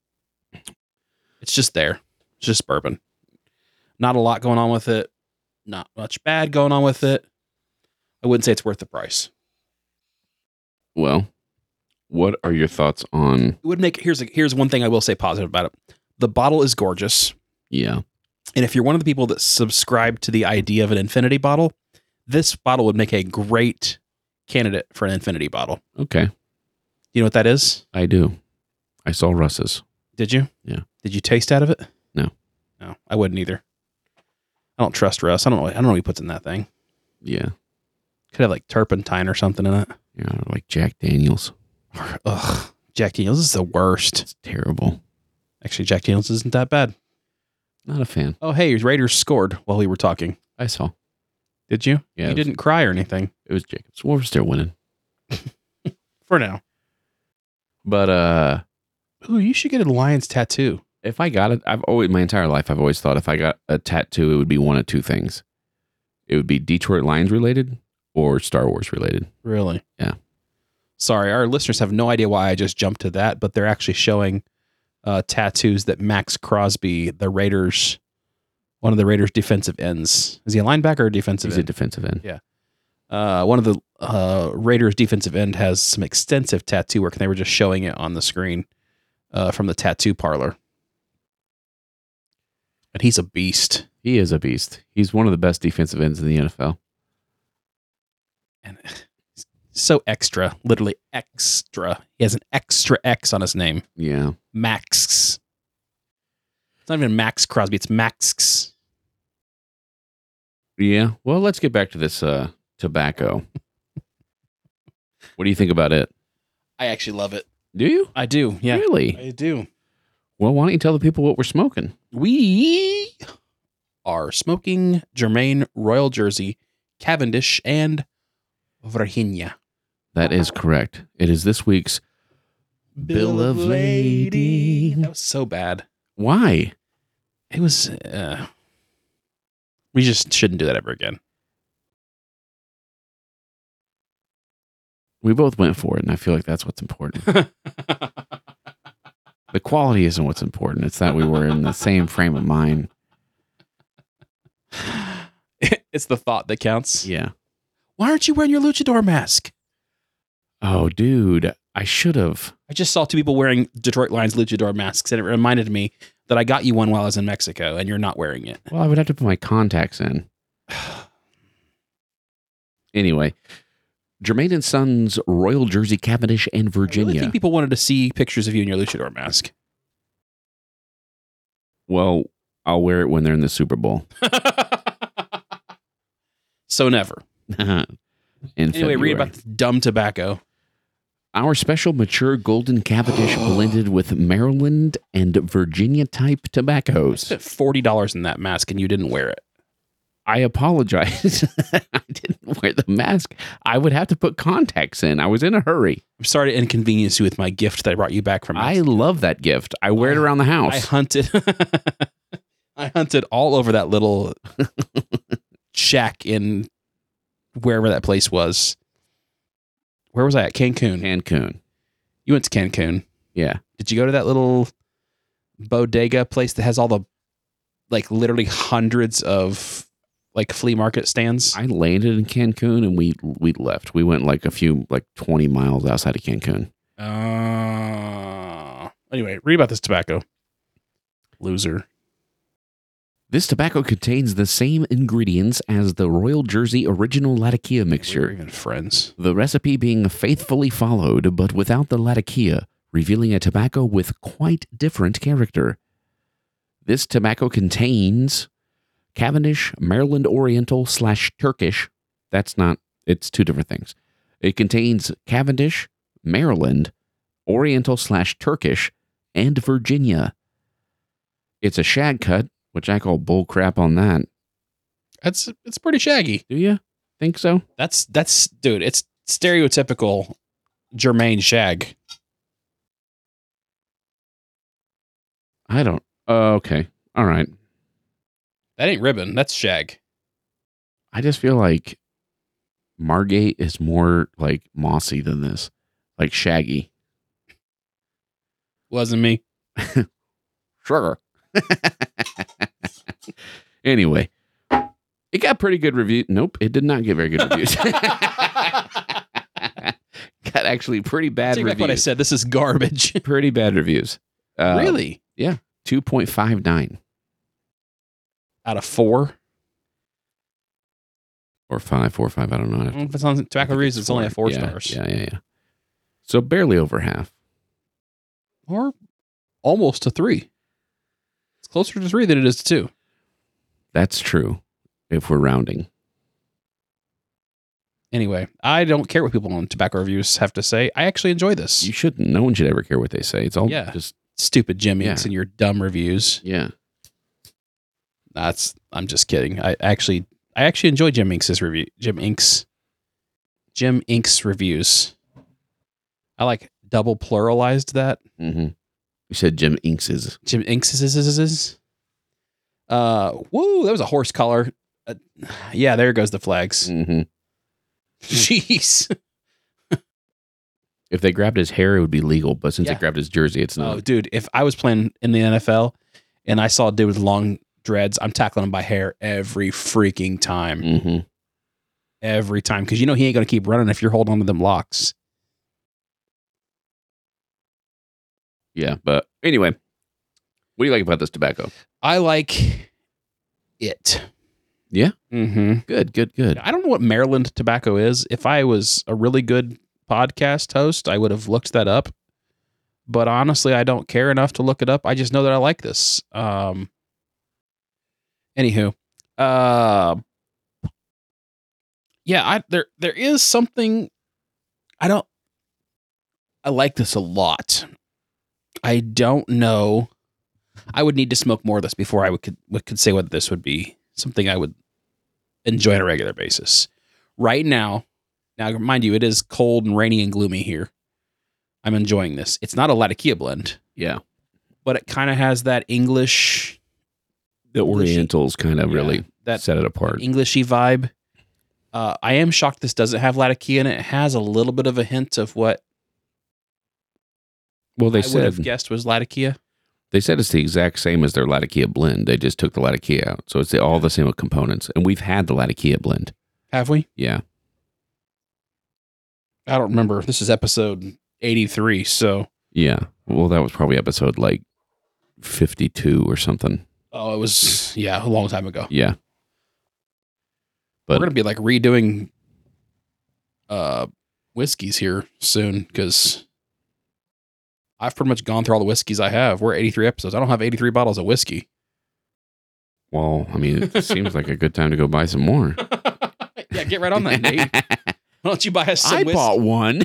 It's just there. It's just bourbon. Not a lot going on with it. Not much bad going on with it. I wouldn't say it's worth the price. Well, what are your thoughts on? it would make here's a, here's one thing I will say positive about it. The bottle is gorgeous, Yeah, and if you're one of the people that subscribe to the idea of an infinity bottle, this bottle would make a great candidate for an infinity bottle. okay, You know what that is? I do. I saw Russ's. Did you? Yeah. Did you taste out of it? No. No, I wouldn't either. I don't trust Russ. I don't know. I don't know what he puts in that thing. Yeah, Could have like turpentine or something in it. yeah, I like Jack Daniels. Ugh, Jack Daniels is the worst. It's terrible. Actually, Jack Daniels isn't that bad. Not a fan. Oh, hey, Raiders scored while we were talking. I saw. Did you? Yeah, You it, was, didn't cry or anything. it was Jacob Swartz. They're winning, For now. but uh, Ooh, you should get a lion's tattoo. if I got it, I've always my entire life I've always thought if I got a tattoo, it would be one of two things. It would be Detroit Lions related or Star Wars related. Really? Yeah. Sorry, our listeners have no idea why I just jumped to that, but they're actually showing uh, tattoos that Max Crosby, the Raiders one of the Raiders' defensive ends. Is he a linebacker or defensive He's a end? defensive end. uh, one of the uh, Raiders' defensive end has some extensive tattoo work, and they were just showing it on the screen uh, from the tattoo parlor. And he's a beast. He is a beast. He's one of the best defensive ends in the NFL. and he's so extra, literally extra. He has an extra X on his name, Yeah. Max. It's not even Max Crosby; it's Max. Yeah. Well, let's get back to this uh, tobacco. what do you think about it? I actually love it. Do you? I do. Yeah, Really? I do. Well, why don't you tell the people what we're smoking? We are smoking Germain Royal Jersey, Cavendish, and Virginia. That is correct. It is this week's. Bill of lading. That was so bad. Why? It was. Uh, we just shouldn't do that ever again. We both went for it, and I feel like that's what's important. the quality isn't what's important. It's that we were in the same frame of mind. it's the thought that counts. Yeah. Why aren't you wearing your luchador mask? Oh, dude, I should have. I just saw two people wearing Detroit Lions luchador masks, and it reminded me that I got you one while I was in Mexico, and you're not wearing it. Well, I would have to put my contacts in. Anyway, Jermaine and Sons, Royal Jersey, Cavendish, and I really Virginia. think people wanted to see pictures of you in your luchador mask. well, I'll wear it when they're in the Super Bowl. so never. anyway, Anyway, read about this dumb tobacco. Our special mature golden Cavendish blended with Maryland and Virginia type I tobaccos. spent forty dollars in that mask, and you didn't wear it. I apologize. I didn't wear the mask. I would have to put contacts in. I was in a hurry. I'm sorry to inconvenience you with my gift that I brought you back from. I love that gift. I wear it around the I house. hunted. I hunted all over that little shack in wherever that place was. Where was I at? Cancun. Cancun. you went to Cancun. Yeah. Did you go to that little bodega place that has all the like literally hundreds of like flea market stands? I landed in Cancun and we we left. We went like a few like 20 miles outside of Cancun. Uh, anyway, read about this tobacco. Loser. This tobacco contains the same ingredients as the Royal Jersey original Latakia We're mixture. even friends. The recipe being faithfully followed, but without the latakia, revealing a tobacco with quite different character. This tobacco contains Cavendish, Maryland Oriental slash Turkish. That's not, it's two different things. It contains Cavendish, Maryland, Oriental slash Turkish, and Virginia. It's a shag cut, which I call bull crap on that. That's it's pretty shaggy. Do you think so? That's that's dude, it's stereotypical Jermaine Shag. I don't. Uh, okay. All right. That ain't ribbon, that's Shag. I just feel like Margate is more like mossy than this, like shaggy. Wasn't me. Sure. anyway, it got pretty good review. Nope, it did not get very good reviews. got actually pretty bad Take back reviews. what I said. This is garbage. Pretty bad reviews. Uh, really? Two point five nine Out of four? or five, four or five. I don't know. I have to- If it's on tobacco reviews, it's only at Mm, four Yeah, stars. Yeah, yeah, yeah. So barely over half. Or almost to three. It's closer to three than it is to two. That's true. If we're rounding. Anyway, I don't care what people on tobacco reviews have to say. I actually enjoy this. You shouldn't. No one should ever care what they say. It's all Yeah. just Stupid Jimmy Yeah. and your dumb reviews. yeah. That's I'm just kidding. I actually I actually enjoy Jim Inks's review. Jim Inks. Jim Inks reviews. I like double pluralized that. Mm-hmm. You said Jim Inks is Jim Inks is- is is- is- is. Uh whoa, that was a horse collar. Uh, yeah, there goes the flags. Mm. Mm-hmm. Jeez. If they grabbed his hair, it would be legal. But since Yeah. they grabbed his jersey, it's Oh, not. dude, if I was playing in the NFL and I saw a dude with long dreads. I'm tackling him by hair every freaking time. Mm-hmm. Every time. Because you know he ain't going to keep running if you're holding on to them locks. Yeah. But anyway, what do you like about this tobacco? I like it. Yeah? Mm-hmm. Good, good, good. I don't know what Maryland tobacco is. If I was a really good podcast host, I would have looked that up. But honestly, I don't care enough to look it up. I just know that I like this. Um anywho. Uh yeah, I there there is something I don't I like this a lot. I don't know. I would need to smoke more of this before I would could, would- could say whether this would be something I would enjoy on a regular basis. Right now, now mind you, it is cold and rainy and gloomy here. I'm enjoying this. It's not a Latakia blend, Yeah. but it kind of has that English, The Orientals kind of Yeah, really that set it apart. Englishy vibe. Uh, I am shocked this doesn't have Latakia in it. It has a little bit of a hint of what Well, they I would have said guessed was Latakia. they said it's the exact same as their Latakia blend. They just took the Latakia out, so it's the, all the same components. And we've had the Latakia blend. Have we? Yeah. I don't remember. This is episode 83, so Yeah. Well, that was probably episode like fifty-two or something. oh, it was yeah, a long time ago. Yeah. we're But gonna be like redoing uh whiskeys here soon because I've pretty much gone through all the whiskeys I have. We're 83 episodes. I don't have 83 bottles of whiskey. well, I mean, it seems like a good time to go buy some more. yeah, get right on that, Nate. Why don't you buy us some I whiskey? bought one.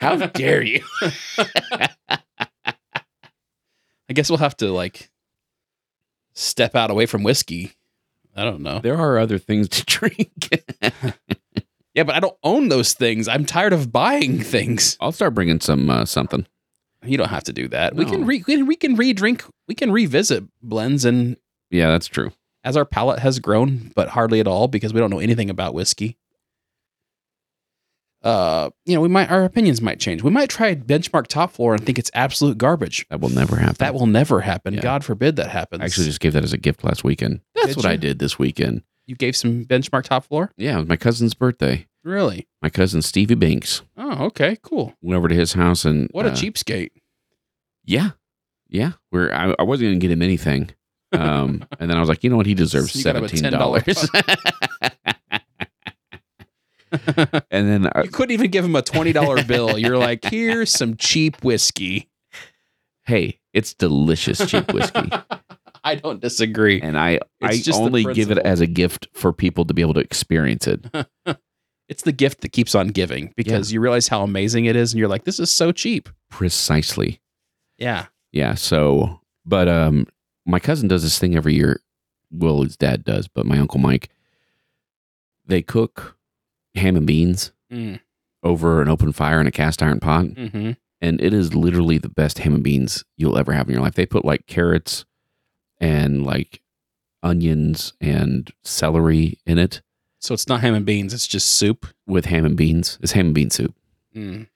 How dare you? I guess we'll have to like step out away from whiskey. I don't know. There are other things to drink. Yeah, but I don't own those things. I'm tired of buying things. I'll start bringing some uh, something. You don't have to do that. We can No. re we can- we can re-drink. We can revisit blends and Yeah, that's true. as our palate has grown, but hardly at all because we don't know anything about whiskey. Uh, you know, we might our opinions might change. We might try benchmark top floor and think it's absolute garbage. That will never happen. That will never happen. Yeah. God forbid that happens. I actually just gave that as a gift last weekend. That's Did what you? I did this weekend. you gave some benchmark top floor. Yeah, it was my cousin's birthday. Really? My cousin Stevie Binks Oh, okay, cool. went over to his house and What a uh, cheapskate. Yeah, yeah. Where I, I wasn't gonna get him anything, um, and then I was like, you know what, he deserves You got him a seventeen dollars. and then uh, I, You couldn't even give him a twenty dollar bill. You're like, here's some cheap whiskey. hey, it's delicious cheap whiskey, I don't disagree. and I I just the only give it principle. as a gift for people to be able to experience it. It's the gift that keeps on giving because you realize how amazing it is, and you're like, this is so cheap. Precisely. Yeah. Yeah. So, but um, my cousin does this thing every year. Well, his dad does, but my uncle Mike. They cook ham and beans over an open fire in a cast iron pot, Mm, Mm-hmm. and it is literally the best ham and beans you'll ever have in your life. They put like carrots and like onions and celery in it So it's not ham and beans. It's just soup. with ham and beans. It's ham and bean soup. Mm.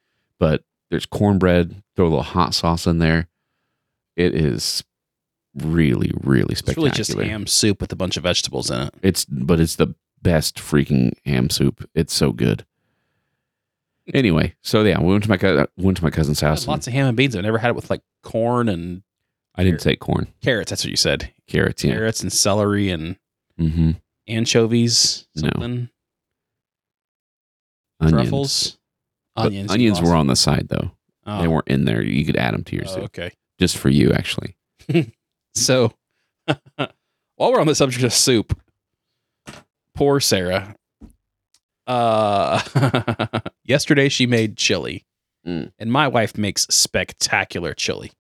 but there's cornbread. Throw a little hot sauce in there. It is really, really It's spectacular. really just ham soup with a bunch of vegetables in it. It's but it's the best freaking ham soup. It's so good. Anyway, so yeah, we went to my cou- went to my cousin's I house. had and Lots of ham and beans. I've never had it with like corn and I didn't say corn, carrots. That's what you said. carrots. Yeah, Carrots and celery and mm-hmm. anchovies. No. Something. onions. Truffles. But Onions. onions were on the side though. Oh. They weren't in there. You could add them to your Oh, soup okay. just for you, actually. So while we're on the subject of soup, poor Sarah. Uh, yesterday she made chili, Mm. and my wife makes spectacular chili.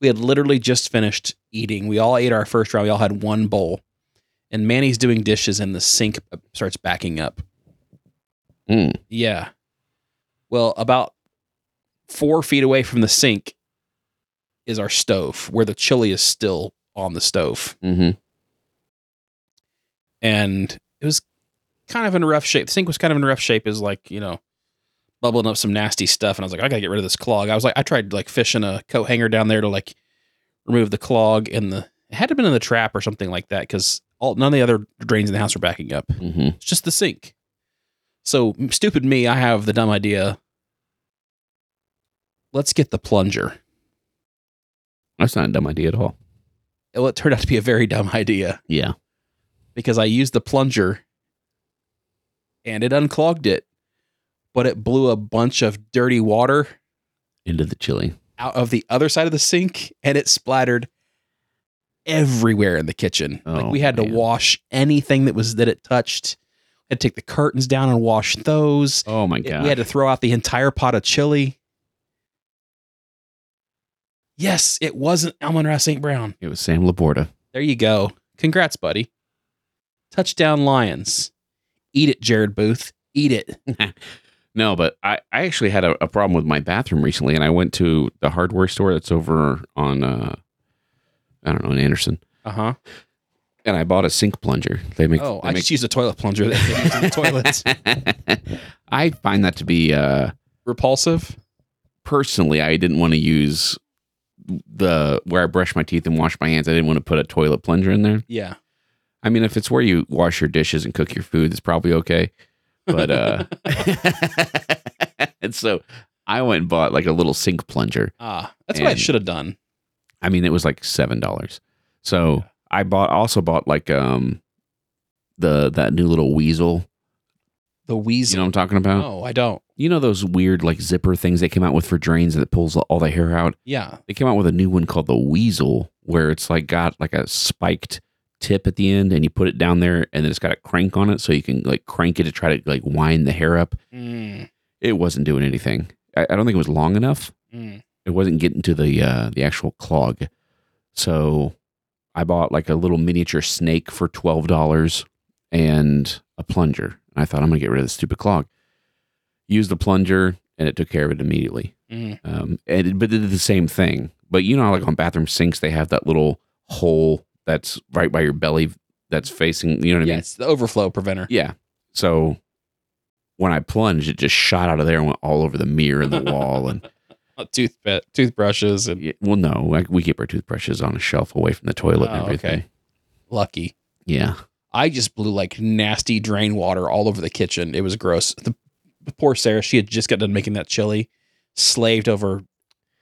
We had literally just finished eating. We all ate our first round. We all had one bowl, and Manny's doing dishes, and the sink starts backing up. Mm. Yeah. Well, about four feet away from the sink is our stove, where the chili is still on the stove Mm-hmm. and it was kind of in a rough shape. The sink was kind of in a rough shape. Is like you know, bubbling up some nasty stuff, and I was like, I gotta get rid of this clog. I was like, I tried like fishing a coat hanger down there to like remove the clog, and the it had to been in the trap or something like that because all none of the other drains in the house were backing up. Mm-hmm. It's just the sink. So m- stupid me, I have the dumb idea. Let's get the plunger. That's not a dumb idea at all. Well, it turned out to be a very dumb idea Yeah. because I used the plunger and it unclogged it, but it blew a bunch of dirty water Into the chili. out of the other side of the sink and it splattered everywhere in the kitchen. like Oh, we had to man. wash anything that was that it touched. Had to take the curtains down and wash those. Oh my It- god. We had to throw out the entire pot of chili. Yes, it wasn't Almond Ross St. Brown. it was Sam Laporta. There you go. Congrats, buddy. Touchdown Lions. Eat it, Jared Booth. Eat it. No, but I, I actually had a, a problem with my bathroom recently, and I went to the hardware store that's over on uh, I don't know in Anderson, Uh huh. and I bought a sink plunger. They make Oh, they I make- just used a toilet plunger. That they used in the toilets. I find that to be uh, Repulsive. personally, I didn't want to use the where I brush my teeth and wash my hands. I didn't want to put a toilet plunger in there. Yeah. I mean, if it's where you wash your dishes and cook your food, it's probably okay. But uh, and so I went and bought like a little sink plunger. Ah, that's what I And- should have done. I mean, it was like seven dollars. So I bought also bought like um the that new little weasel. The You weasel. Oh. know what I'm talking about? no, I don't. You know those weird like zipper things they came out with for drains that pulls all the hair out. Yeah. They came out with a new one called the weasel, where it's like got like a spiked tip at the end, and you put it down there, and then it's got a crank on it, so you can like crank it to try to like wind the hair up. Mm, It wasn't doing anything. I, I don't think it was long enough. mm. it wasn't getting to the uh, the actual clog. So I bought like a little miniature snake for twelve dollars and a plunger. And I thought I'm gonna get rid of this stupid clog. Used the plunger and it took care of it immediately. Mm. Um, and it, but it did the same thing. But you know, how, like on bathroom sinks, they have that little hole that's right by your belly that's facing. You know what I mean? Yes, the overflow preventer. Yeah. So when I plunged, it just shot out of there and went all over the mirror and the wall and. Tooth toothbrushes and Yeah, well, no, like we keep our toothbrushes on a shelf away from the toilet and Oh, everything. okay. lucky. Yeah. I just blew like nasty drain water all over the kitchen. It was gross. The the poor Sarah, she had just got done making that chili, slaved over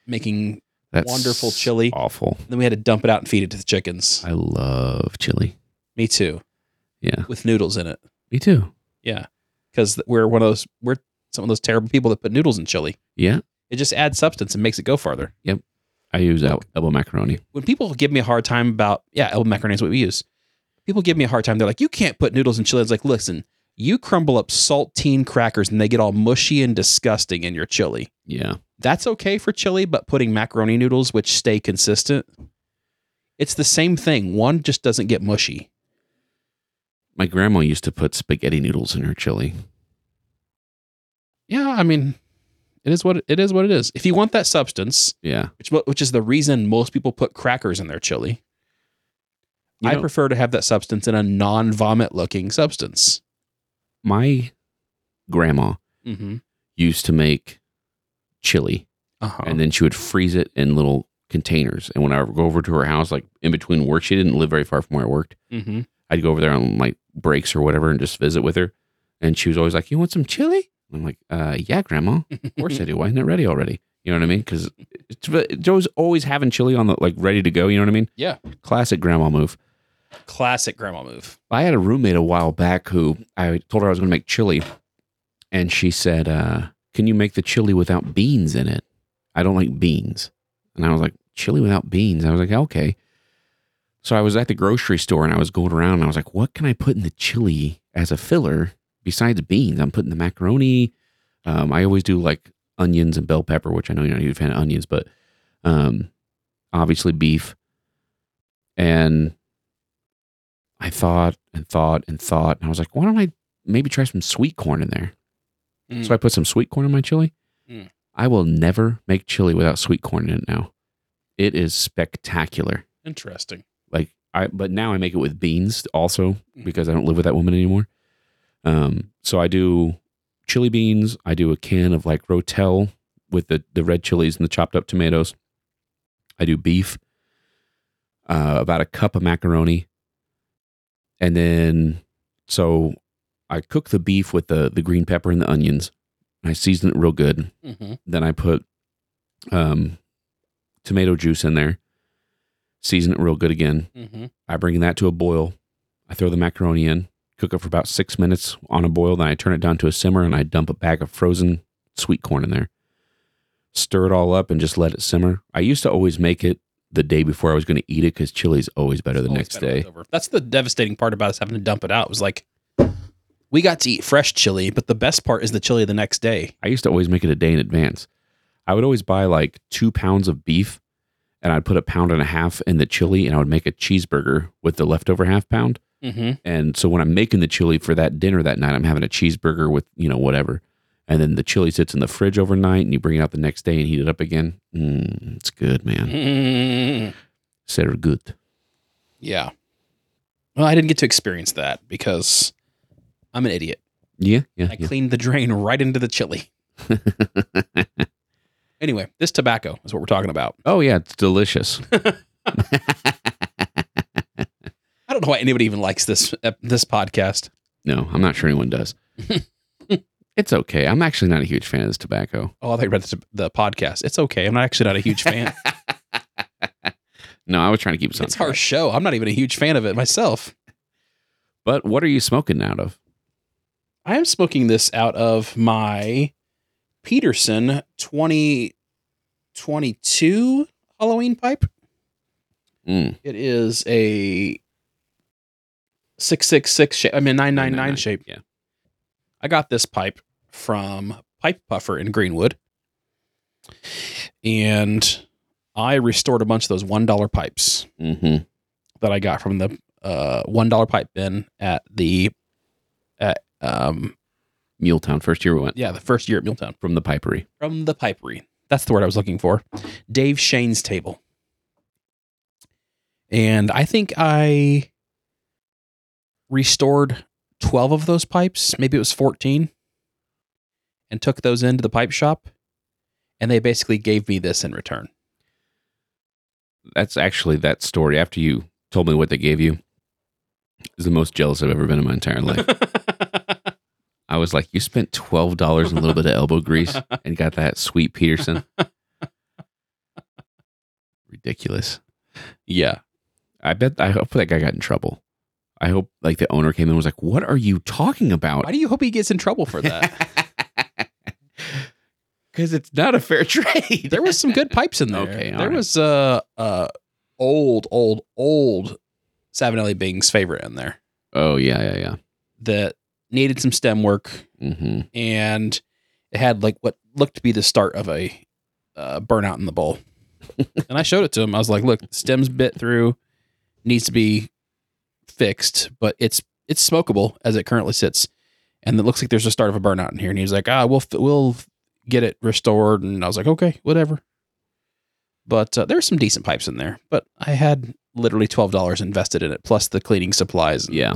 making. That's Wonderful chili. Awful. Then we had to dump it out and feed it to the chickens. I love chili. Me too, Yeah. with noodles in it. Me too. Yeah, because we're one of those we're some of those terrible people that put noodles in chili. Yeah. It just adds substance and makes it go farther. I use el- elbow macaroni. when people give me a hard time about yeah, elbow macaroni is what we use. People give me a hard time. They're like, you can't put noodles in chili. It's like, listen, you crumble up saltine crackers and they get all mushy and disgusting in your chili. Yeah. That's okay for chili, but putting macaroni noodles, which stay consistent, it's the same thing. One just doesn't get mushy. My grandma used to put spaghetti noodles in her chili. Yeah, I mean, it is what it is. What it is. If you want that substance, Yeah. which which is the reason most people put crackers in their chili, You I know, prefer to have that substance in a non-vomit looking substance. my grandma Mm-hmm. used to make chili Uh-huh. and then she would freeze it in little containers. And when I would go over to her house, like in between work, she didn't live very far from where I worked. Mm-hmm. I'd go over there on like breaks or whatever and just visit with her. And she was always like, You want some chili? I'm like, uh, Yeah, grandma. Of course I do. Why isn't it ready already? You know what I mean? Because Joe's always having chili on the like ready to go. You know what I mean? Yeah. Classic grandma move. Classic grandma move. I had a roommate a while back who I told her I was going to make chili. And she said, uh, Can you make the chili without beans in it? I don't like beans. And I was like, Chili without beans? I was like, Okay. So I was at the grocery store and I was going around and I was like, What can I put in the chili as a filler besides beans? I'm putting the macaroni. Um, I always do like onions and bell pepper, which I know you're not a huge fan of onions, but um, obviously beef. And I thought and thought and thought, and I was like, why don't I maybe try some sweet corn in there? Mm. So I put some sweet corn in my chili. Mm. I will never make chili without sweet corn in it now. It is spectacular. Interesting. Like I, but now I make it with beans also because I don't live with that woman anymore. Um, so I do chili beans. I do a can of like Rotel with the, the red chilies and the chopped up tomatoes. I do beef, uh, about a cup of macaroni. And then, so I cook the beef with the, the green pepper and the onions. I season it real good Mm-hmm. then I put um, tomato juice in there, season it real good again. Mm-hmm. I bring that to a boil. I throw the macaroni in, cook it for about six minutes on a boil. Then I turn it down to a simmer and I dump a bag of frozen sweet corn in there. Stir it all up and just let it simmer. I used to always make it the day before I was going to eat it because chili's always better the Always next better when day. it's over. That's the devastating part about us having to dump it out. It was like we got to eat fresh chili, but the best part is the chili the next day. I used to always make it a day in advance. I would always buy like two pounds of beef and I'd put a pound and a half in the chili and I would make a cheeseburger with the leftover half pound. Mm-hmm. And so when I'm making the chili for that dinner that night, I'm having a cheeseburger with, you know, whatever. And then the chili sits in the fridge overnight and you bring it out the next day and heat it up again. Mm, it's good, man. Sehr good. Yeah. Well, I didn't get to experience that because I'm an idiot. Yeah. Yeah. I yeah. cleaned the drain right into the chili. Anyway, this tobacco is what we're talking about. oh, yeah. It's delicious. I don't know why anybody even likes this uh, this podcast. no, I'm not sure anyone does. it's okay. I'm actually not a huge fan of this tobacco. Oh, I thought you read the, the podcast. It's okay. I'm not actually not a huge fan. No, I was trying to keep something. it's our show. I'm not even a huge fan of it myself. But what are you smoking out of? I am smoking this out of my Peterson 2022 Halloween pipe. Mm, It is a 666 shape. I mean 999 shape. Yeah. I got this pipe from Pipe Puffer in Greenwood. And I restored a bunch of those $1 pipes Mm-hmm. that I got from the uh, $1 pipe bin at the at um Muletown, first year we went yeah, the first year at Muletown. from the Pipery. from the pipery. That's the word I was looking for. Dave Shane's table. And I think I restored 12 of those pipes, maybe it was 14, and took those into the pipe shop. And they basically gave me this in return. That's actually that story. After you told me what they gave you, is the most jealous I've ever been in my entire life. I was like, you spent twelve dollars and a little bit of elbow grease and got that sweet Peterson. Ridiculous. yeah. I bet. I hope that guy got in trouble. I hope like the owner came in and was like, "What are you talking about?" Why do you hope he gets in trouble for that? Because it's not a fair trade. there was some good pipes in there. Okay, all there right. was uh, uh, old, old, old Savinelli Bing's favorite in there Oh yeah, yeah, that needed some stem work. yeah. hmm and it had like what looked to be the start of a uh, burnout in the bowl. and I showed it to him. I was like, "Look, the stem's bit through, needs to be fixed, but it's it's smokable as it currently sits, and it looks like there's a start of a burnout in here." And he was like, "Ah, we'll f- we'll f- get it restored." And I was like, "Okay, whatever." But uh, there were some decent pipes in there, but I had literally twelve dollars invested in it, plus the cleaning supplies. Yeah.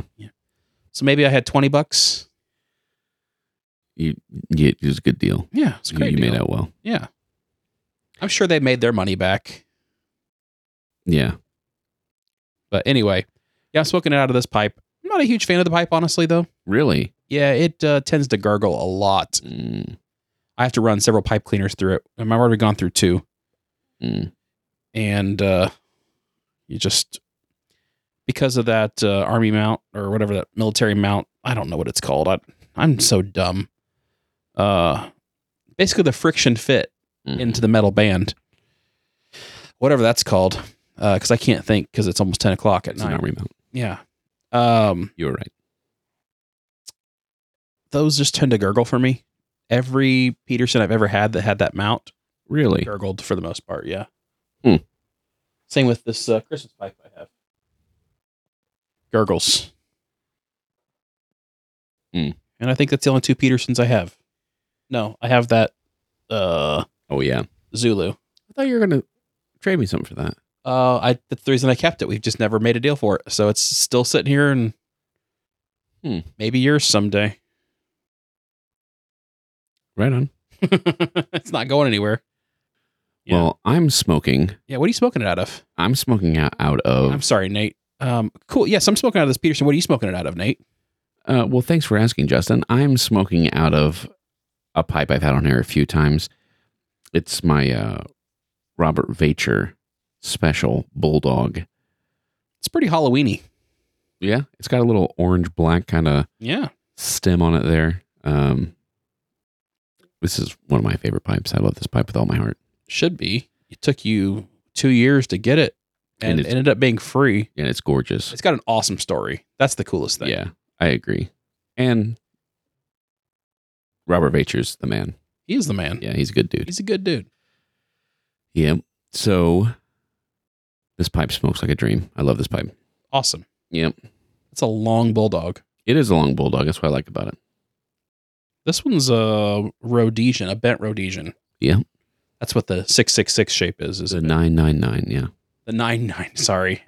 So maybe I had twenty bucks. you, you it was a good deal. Yeah, it's a You- great. you deal. made out well. Yeah. I'm sure they made their money back. Yeah. But anyway, yeah, I'm smoking it out of this pipe. I'm not a huge fan of the pipe, honestly, though. Really? Yeah, it uh, tends to gargle a lot. Mm, I have to run several pipe cleaners through it. and I've already gone through two. mm. And uh, you just, because of that uh, army mount or whatever that military mount, I don't know what it's called. I, I'm so dumb. Uh, basically, the friction fit Mm. into the metal band, whatever that's called, because I can't think because it's almost ten o'clock at It's an night. army mount. Yeah, um, You were right. those just tend to gurgle for me. Every Peterson I've ever had that had that mount Really? gurgled for the most part. Yeah. Hmm. Same with this uh, Christmas pipe I have. Gurgles. Hmm. And I think that's the only two Petersons I have. No, I have that uh, Oh yeah. Zulu. I thought you were gonna trade me something for that. Uh, I that's the reason I kept it. We've just never made a deal for it, so it's still sitting here, and Hmm. maybe yours someday. Right on. it's not going anywhere. Yeah. Well, I'm smoking. Yeah, what are you smoking it out of? I'm smoking out, out I'm of. sorry, Nate. Um, cool. Yes, I'm smoking out of this Peterson. What are you smoking it out of, Nate? Uh, well, thanks for asking, Justin. I'm smoking out of a pipe I've had on here a few times. It's my uh, Robert Vacher special bulldog. It's pretty Halloweeny. Yeah, it's got a little orange black kind of Yeah. stem on it there. Um, this is one of my favorite pipes. I love this pipe with all my heart. Should be. It took you two years to get it And and, it it's- ended up being free. and it's gorgeous. It's got an awesome story. That's the coolest thing. Yeah, I agree. And Robert Vacher's the man. He is the man. Yeah, he's a good dude. He's a good dude. Yeah. So this pipe smokes like a dream. I love this pipe. Awesome. Yep. It's a long bulldog. It is a long bulldog. That's what I like about it. This one's a Rhodesian, a bent Rhodesian. Yeah. That's what the 666 shape is. Is It's a it nine nine nine. Yeah. the 99? Sorry.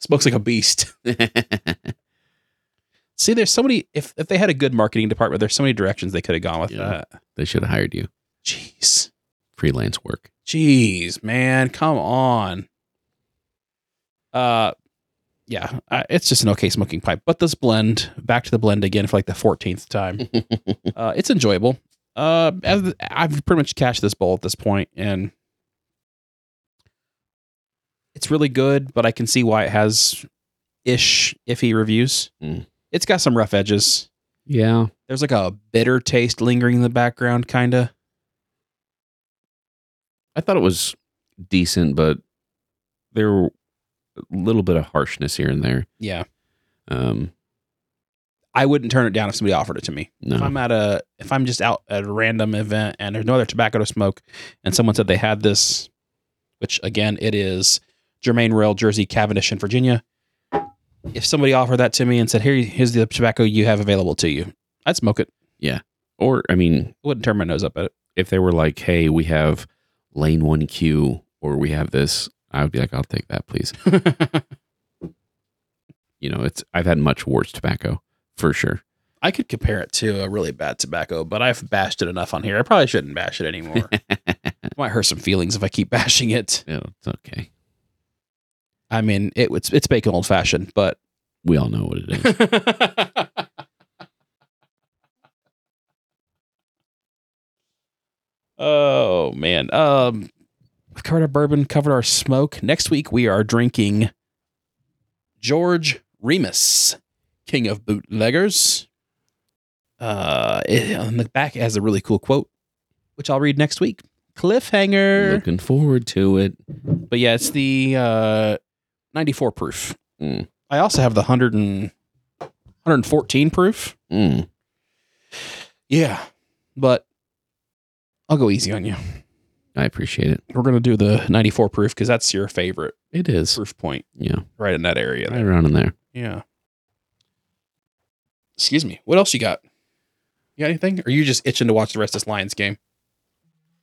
Smokes like a beast. See, there's so many. If, if they had a good marketing department, there's so many directions they could have gone with Yeah. that. they should have hired you. Jeez. Freelance work. Jeez, man, come on. Uh, yeah, I, it's just an okay smoking pipe. But this blend, back to the blend again for like the fourteenth time. uh, it's enjoyable. Uh, as, I've pretty much cashed this bowl at this point, and it's really good. But I can see why it has ish iffy reviews. Mm. It's got some rough edges Yeah. there's like a bitter taste lingering in the background kind of I thought it was decent, but there were a little bit of harshness here and there. yeah Um, i wouldn't turn it down if somebody offered it to me if no. i'm at a if i'm just out at a random event and there's no other tobacco to smoke and someone said they had this which again it is germaine rail jersey cavendish in virginia if somebody offered that to me and said here here's the tobacco you have available to you i'd smoke it Or, I mean, I wouldn't turn my nose up at it if they were like, "Hey, we have lane one Q, or we have this," I would be like, "I'll take that, please." You know, it's I've had much worse tobacco for sure. i could compare it to a really bad tobacco but i've bashed it enough on here i probably shouldn't bash it anymore might hurt some feelings if i keep bashing it No, it's okay. I mean, it, it's it's bacon old fashioned, but We all know what it is. uh, oh man, um, we've covered our bourbon, covered our smoke. Next week we are drinking George Remus, King of Bootleggers. Uh, it, on the back it has a really cool quote, which I'll read next week. Cliffhanger. Looking forward to it. But yeah, it's the uh, 94 proof. Mm. I also have the 100 and, 114 proof. Mm. Yeah. But I'll go easy on you. I appreciate it. We're going to do the 94 proof because that's your favorite It is. proof point Yeah, right in that area. right around in there. Yeah. Excuse me. What else you got? You got anything? Or are you just itching to watch the rest of this Lions game?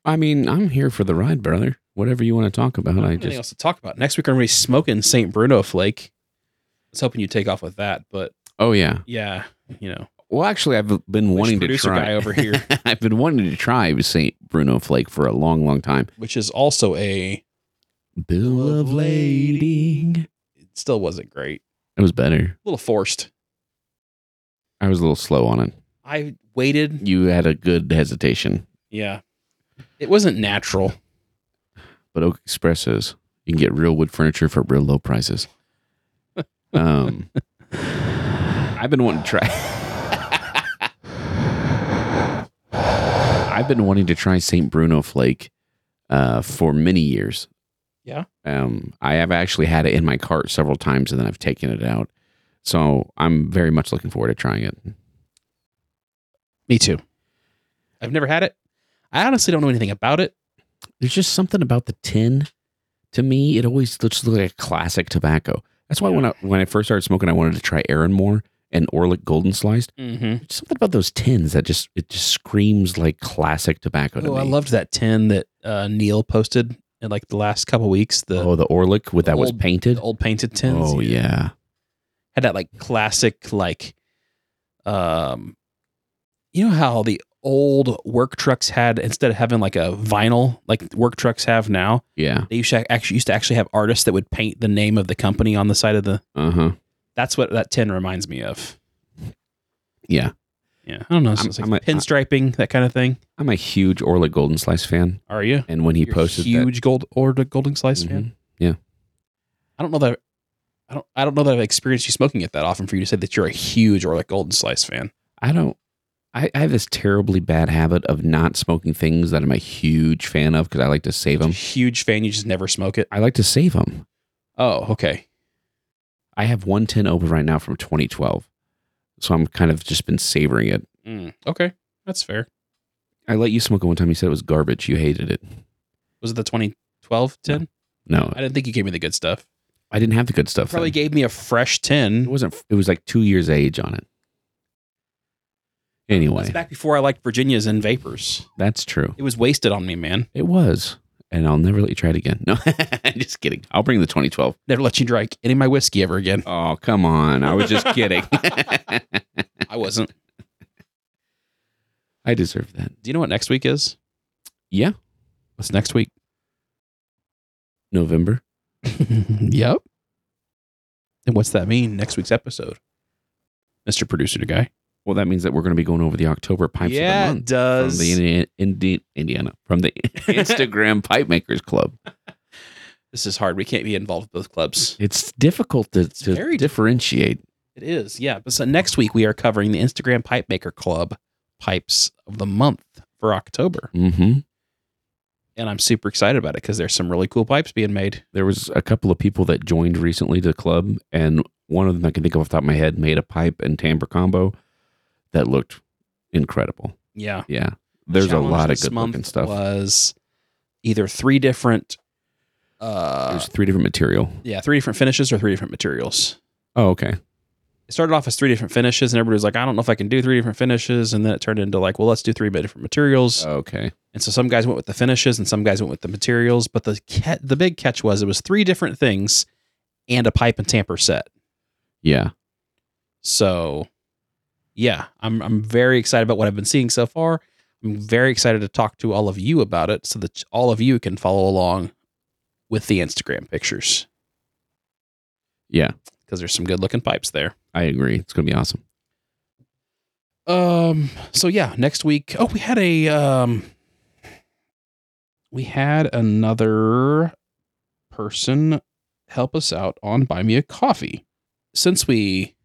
I mean, I'm here for the ride, brother. Whatever you want to talk about, I Anything just else to talk about? Next week, I'm going to be smoking St. Bruno Flake. I was hoping you'd take off with that, but oh yeah. yeah, you know. Well, actually, I've been wanting to producer try guy over here. I've been wanting to try Saint Bruno Flake for a long, long time. which is also a Bill of Of lading. lading. it still wasn't great. It was better. A little forced. I was a little slow on it. I waited. You had a good hesitation, Yeah. It wasn't natural. but Oak Express says you can get real wood furniture for real low prices. Um, I've been wanting to try. I've been wanting to try Saint Bruno Flake uh, for many years. Yeah? Um, I have actually had it in my cart several times, and then I've taken it out. So I'm very much looking forward to trying it. Me too. I've never had it. I honestly don't know anything about it. there's just something about the tin. To me, it always looks like a classic tobacco. That's why when I when I first started smoking, I wanted to try Aaronmore and Orlick Golden Sliced. Mm-hmm. There's something about those tins that just it just screams like classic tobacco to Oh, me. I loved that tin that uh, Neil posted in like the last couple weeks. The, oh the Orlick with that was old- painted. the old painted tins. Oh yeah, Had that like classic like um you know how the old work trucks had instead of having like a vinyl like work trucks have now, Yeah. they used to actually used to actually have artists that would paint the name of the company on the side of the. Uh huh. That's what that tin reminds me of. Yeah. Yeah, I don't know. I'm- So it's like I'm a- uh, pinstriping, that kind of thing. I'm a huge Orla Golden Slice fan, Are you? and when he You're a posted that, huge gold or the golden slice fan. Mhm. I don't know that. I don't. I don't know that I've experienced you smoking it that often for you to say that you're a huge or like golden slice fan. I don't. I, I have this terribly bad habit of not smoking things that I'm a huge fan of because I like to save them. Huge fan. You just never smoke it. I like to save them. Oh, okay. I have one tin open right now from 2012, so I'm kind of just been savoring it. Mm, okay, that's fair. I let you smoke it one time. You said it was garbage. You hated it. Was it the 2012 tin? No, I didn't think you gave me the good stuff. I didn't have the good stuff. Probably then. gave me a fresh it tin. wasn't. It was like two years age on it. That's Anyway, back before I liked Virginias and vapors. that's true. It was wasted on me, man. It was. And I'll never let you try it again. No, just kidding. I'll bring the 2012. Never let you drink any of my whiskey ever again. Oh, come on. I was just kidding. I wasn't. I deserve that. Do you know what next week is? Yeah. What's next week? November. yep. And what's that mean? Next week's episode, Mister Producer Guy. Well, that means that we're going to be going over the October pipes yeah, of the it month does. from the Indiana, Indi- Indiana from the Instagram Pipe Makers Club. this is hard. We can't be involved with both clubs. It's difficult to, to very differentiate. It is, yeah. But so next week we are covering the Instagram Pipe Maker Club pipes of the month for October. hmm and I'm super excited about it because there's some really cool pipes being made. There was a couple of people that joined recently to the club, and one of them I can think of off the top of my head made a pipe and timbre combo that looked incredible. Yeah, Yeah. There's a Challenge lot of this good month looking stuff. Was either three different, uh, There's three different material. yeah, three different finishes or three different materials. Oh, okay. It started off as three different finishes, and everybody was like, "I don't know if I can do three different finishes," and then it turned into like, "Well, let's do three different materials." Okay. and so some guys went with the finishes, and some guys went with the materials. But the ca- the big catch was it was three different things and a pipe and tamper set. Yeah. So, yeah, I'm I'm very excited about what I've been seeing so far. I'm very excited to talk to all of you about it so that all of you can follow along with the Instagram pictures Yeah. because there's some good looking pipes there. I agree. It's going to be awesome. Um so yeah, next week, oh, we had a um we had another person help us out on buy me a coffee. Since we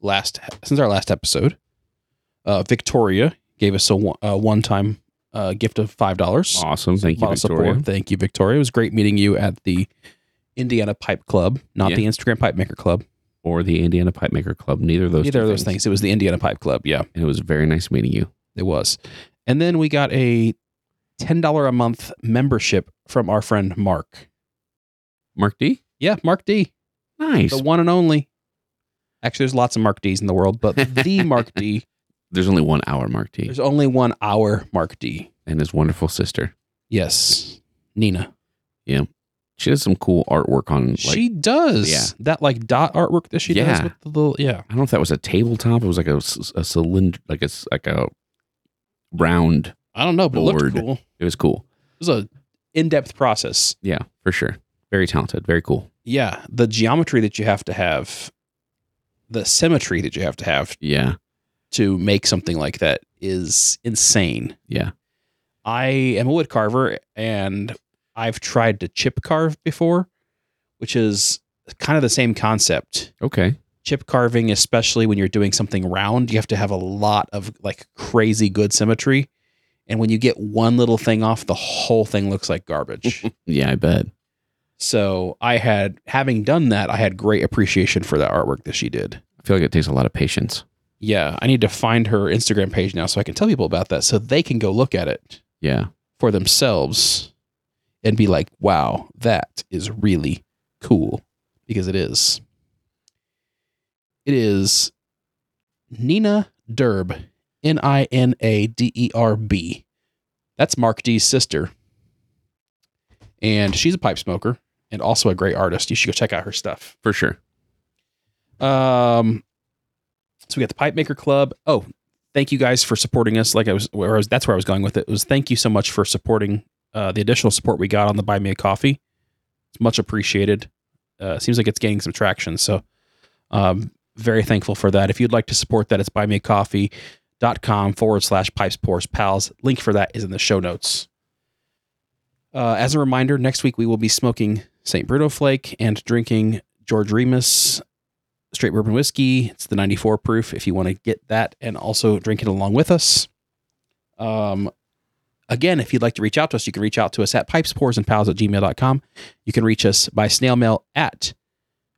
last since our last episode, uh Victoria gave us a one, uh, one-time uh gift of $5. Awesome. Thank you, Bottle support. Victoria. Thank you, Victoria. It was great meeting you at the Indiana Pipe Club, not Yeah. the Instagram Pipe Maker Club. Or the Indiana Pipe Maker Club. Neither of those. Either two of those things. It was the Indiana Pipe Club. Yeah. And it was very nice meeting you. It was. And then we got a $10 a month membership from our friend Mark. Mark D. Yeah, Mark D, Nice. the one and only. Actually, there's lots of Mark D's in the world, but the Mark D, There's only one hour, Mark D. there's only one our Mark D. And his wonderful sister. Yes, Nina. She does some cool artwork on, like, she does. yeah. That like dot artwork that she does Yeah. with the little, yeah. I don't know if that was a tabletop. It was like a, cylinder, like a, s- like a round. I don't know, but it Bored. looked cool. It was cool. It was a in depth process. Yeah, for sure. Very talented. Very cool. Yeah. The geometry that you have to have, the symmetry that you have to have Yeah. to make something like that is insane. Yeah. I am a wood carver and I've tried to chip carve before, which is kind of the same concept. Okay. Chip carving, especially when you're doing something round, you have to have a lot of like crazy good symmetry. And when you get one little thing off, the whole thing looks like garbage. Yeah, I bet. so I had, having done that, I had great appreciation for the artwork that she did. I feel like it takes a lot of patience. Yeah, I need to find her Instagram page now so I can tell people about that so they can go look at it Yeah. for themselves and be like, wow, that is really cool because it is. It is Nina Derb, N I N A D E R B. That's Mark D's sister. And she's a pipe smoker and also a great artist. You should go check out her stuff. For sure. Um, so we got the Pipe Maker Club. Oh, thank you guys for supporting us. Like I was, where I was that's where I was going with it. Was thank you so much for supporting uh, the additional support we got on the Buy Me a Coffee. It's much appreciated. Uh, seems like it's gaining some traction. So, um, very thankful for that. If you'd like to support that, it's buymeacoffee.com forward slash pipes, pours, pals. Link for that is in the show notes. Uh, as a reminder, next week we will be smoking St. Bruno Flake and drinking George Remus straight bourbon whiskey. It's the 94 proof if you want to get that and also drink it along with us. Um, again, if you'd like to reach out to us, you can reach out to us at pipespoursandpals at gmail.com. You can reach us by snail mail at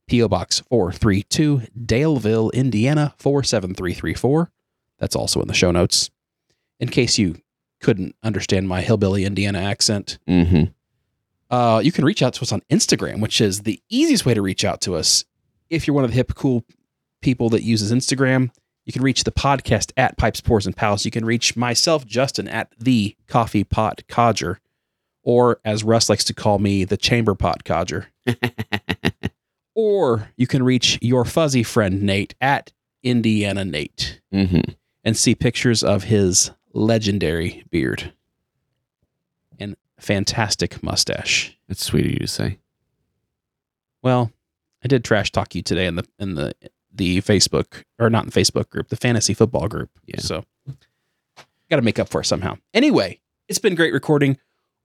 P.O. Box 432, Daleville, Indiana 47334. That's also in the show notes. In case you couldn't understand my hillbilly Indiana accent, Mm-hmm. uh, you can reach out to us on Instagram, which is the easiest way to reach out to us. If you're one of the hip, cool people that uses Instagram, you can reach the podcast at Pipes, Pours, and Pals. You can reach myself, Justin, at the Coffee Pot Codger, or as Russ likes to call me, the Chamber Pot Codger. or you can reach your fuzzy friend, Nate, at Indiana Nate, Mm-hmm. and see pictures of his legendary beard and fantastic mustache. That's sweet of you to say. Well, I did trash talk you today in the in the the Facebook or not in the Facebook group, the fantasy football group. Yeah. So got to make up for it somehow. Anyway, it's been great recording.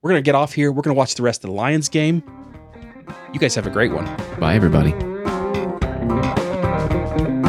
We're gonna get off here. We're gonna watch the rest of the Lions game. You guys have a great one. Bye, everybody. Thank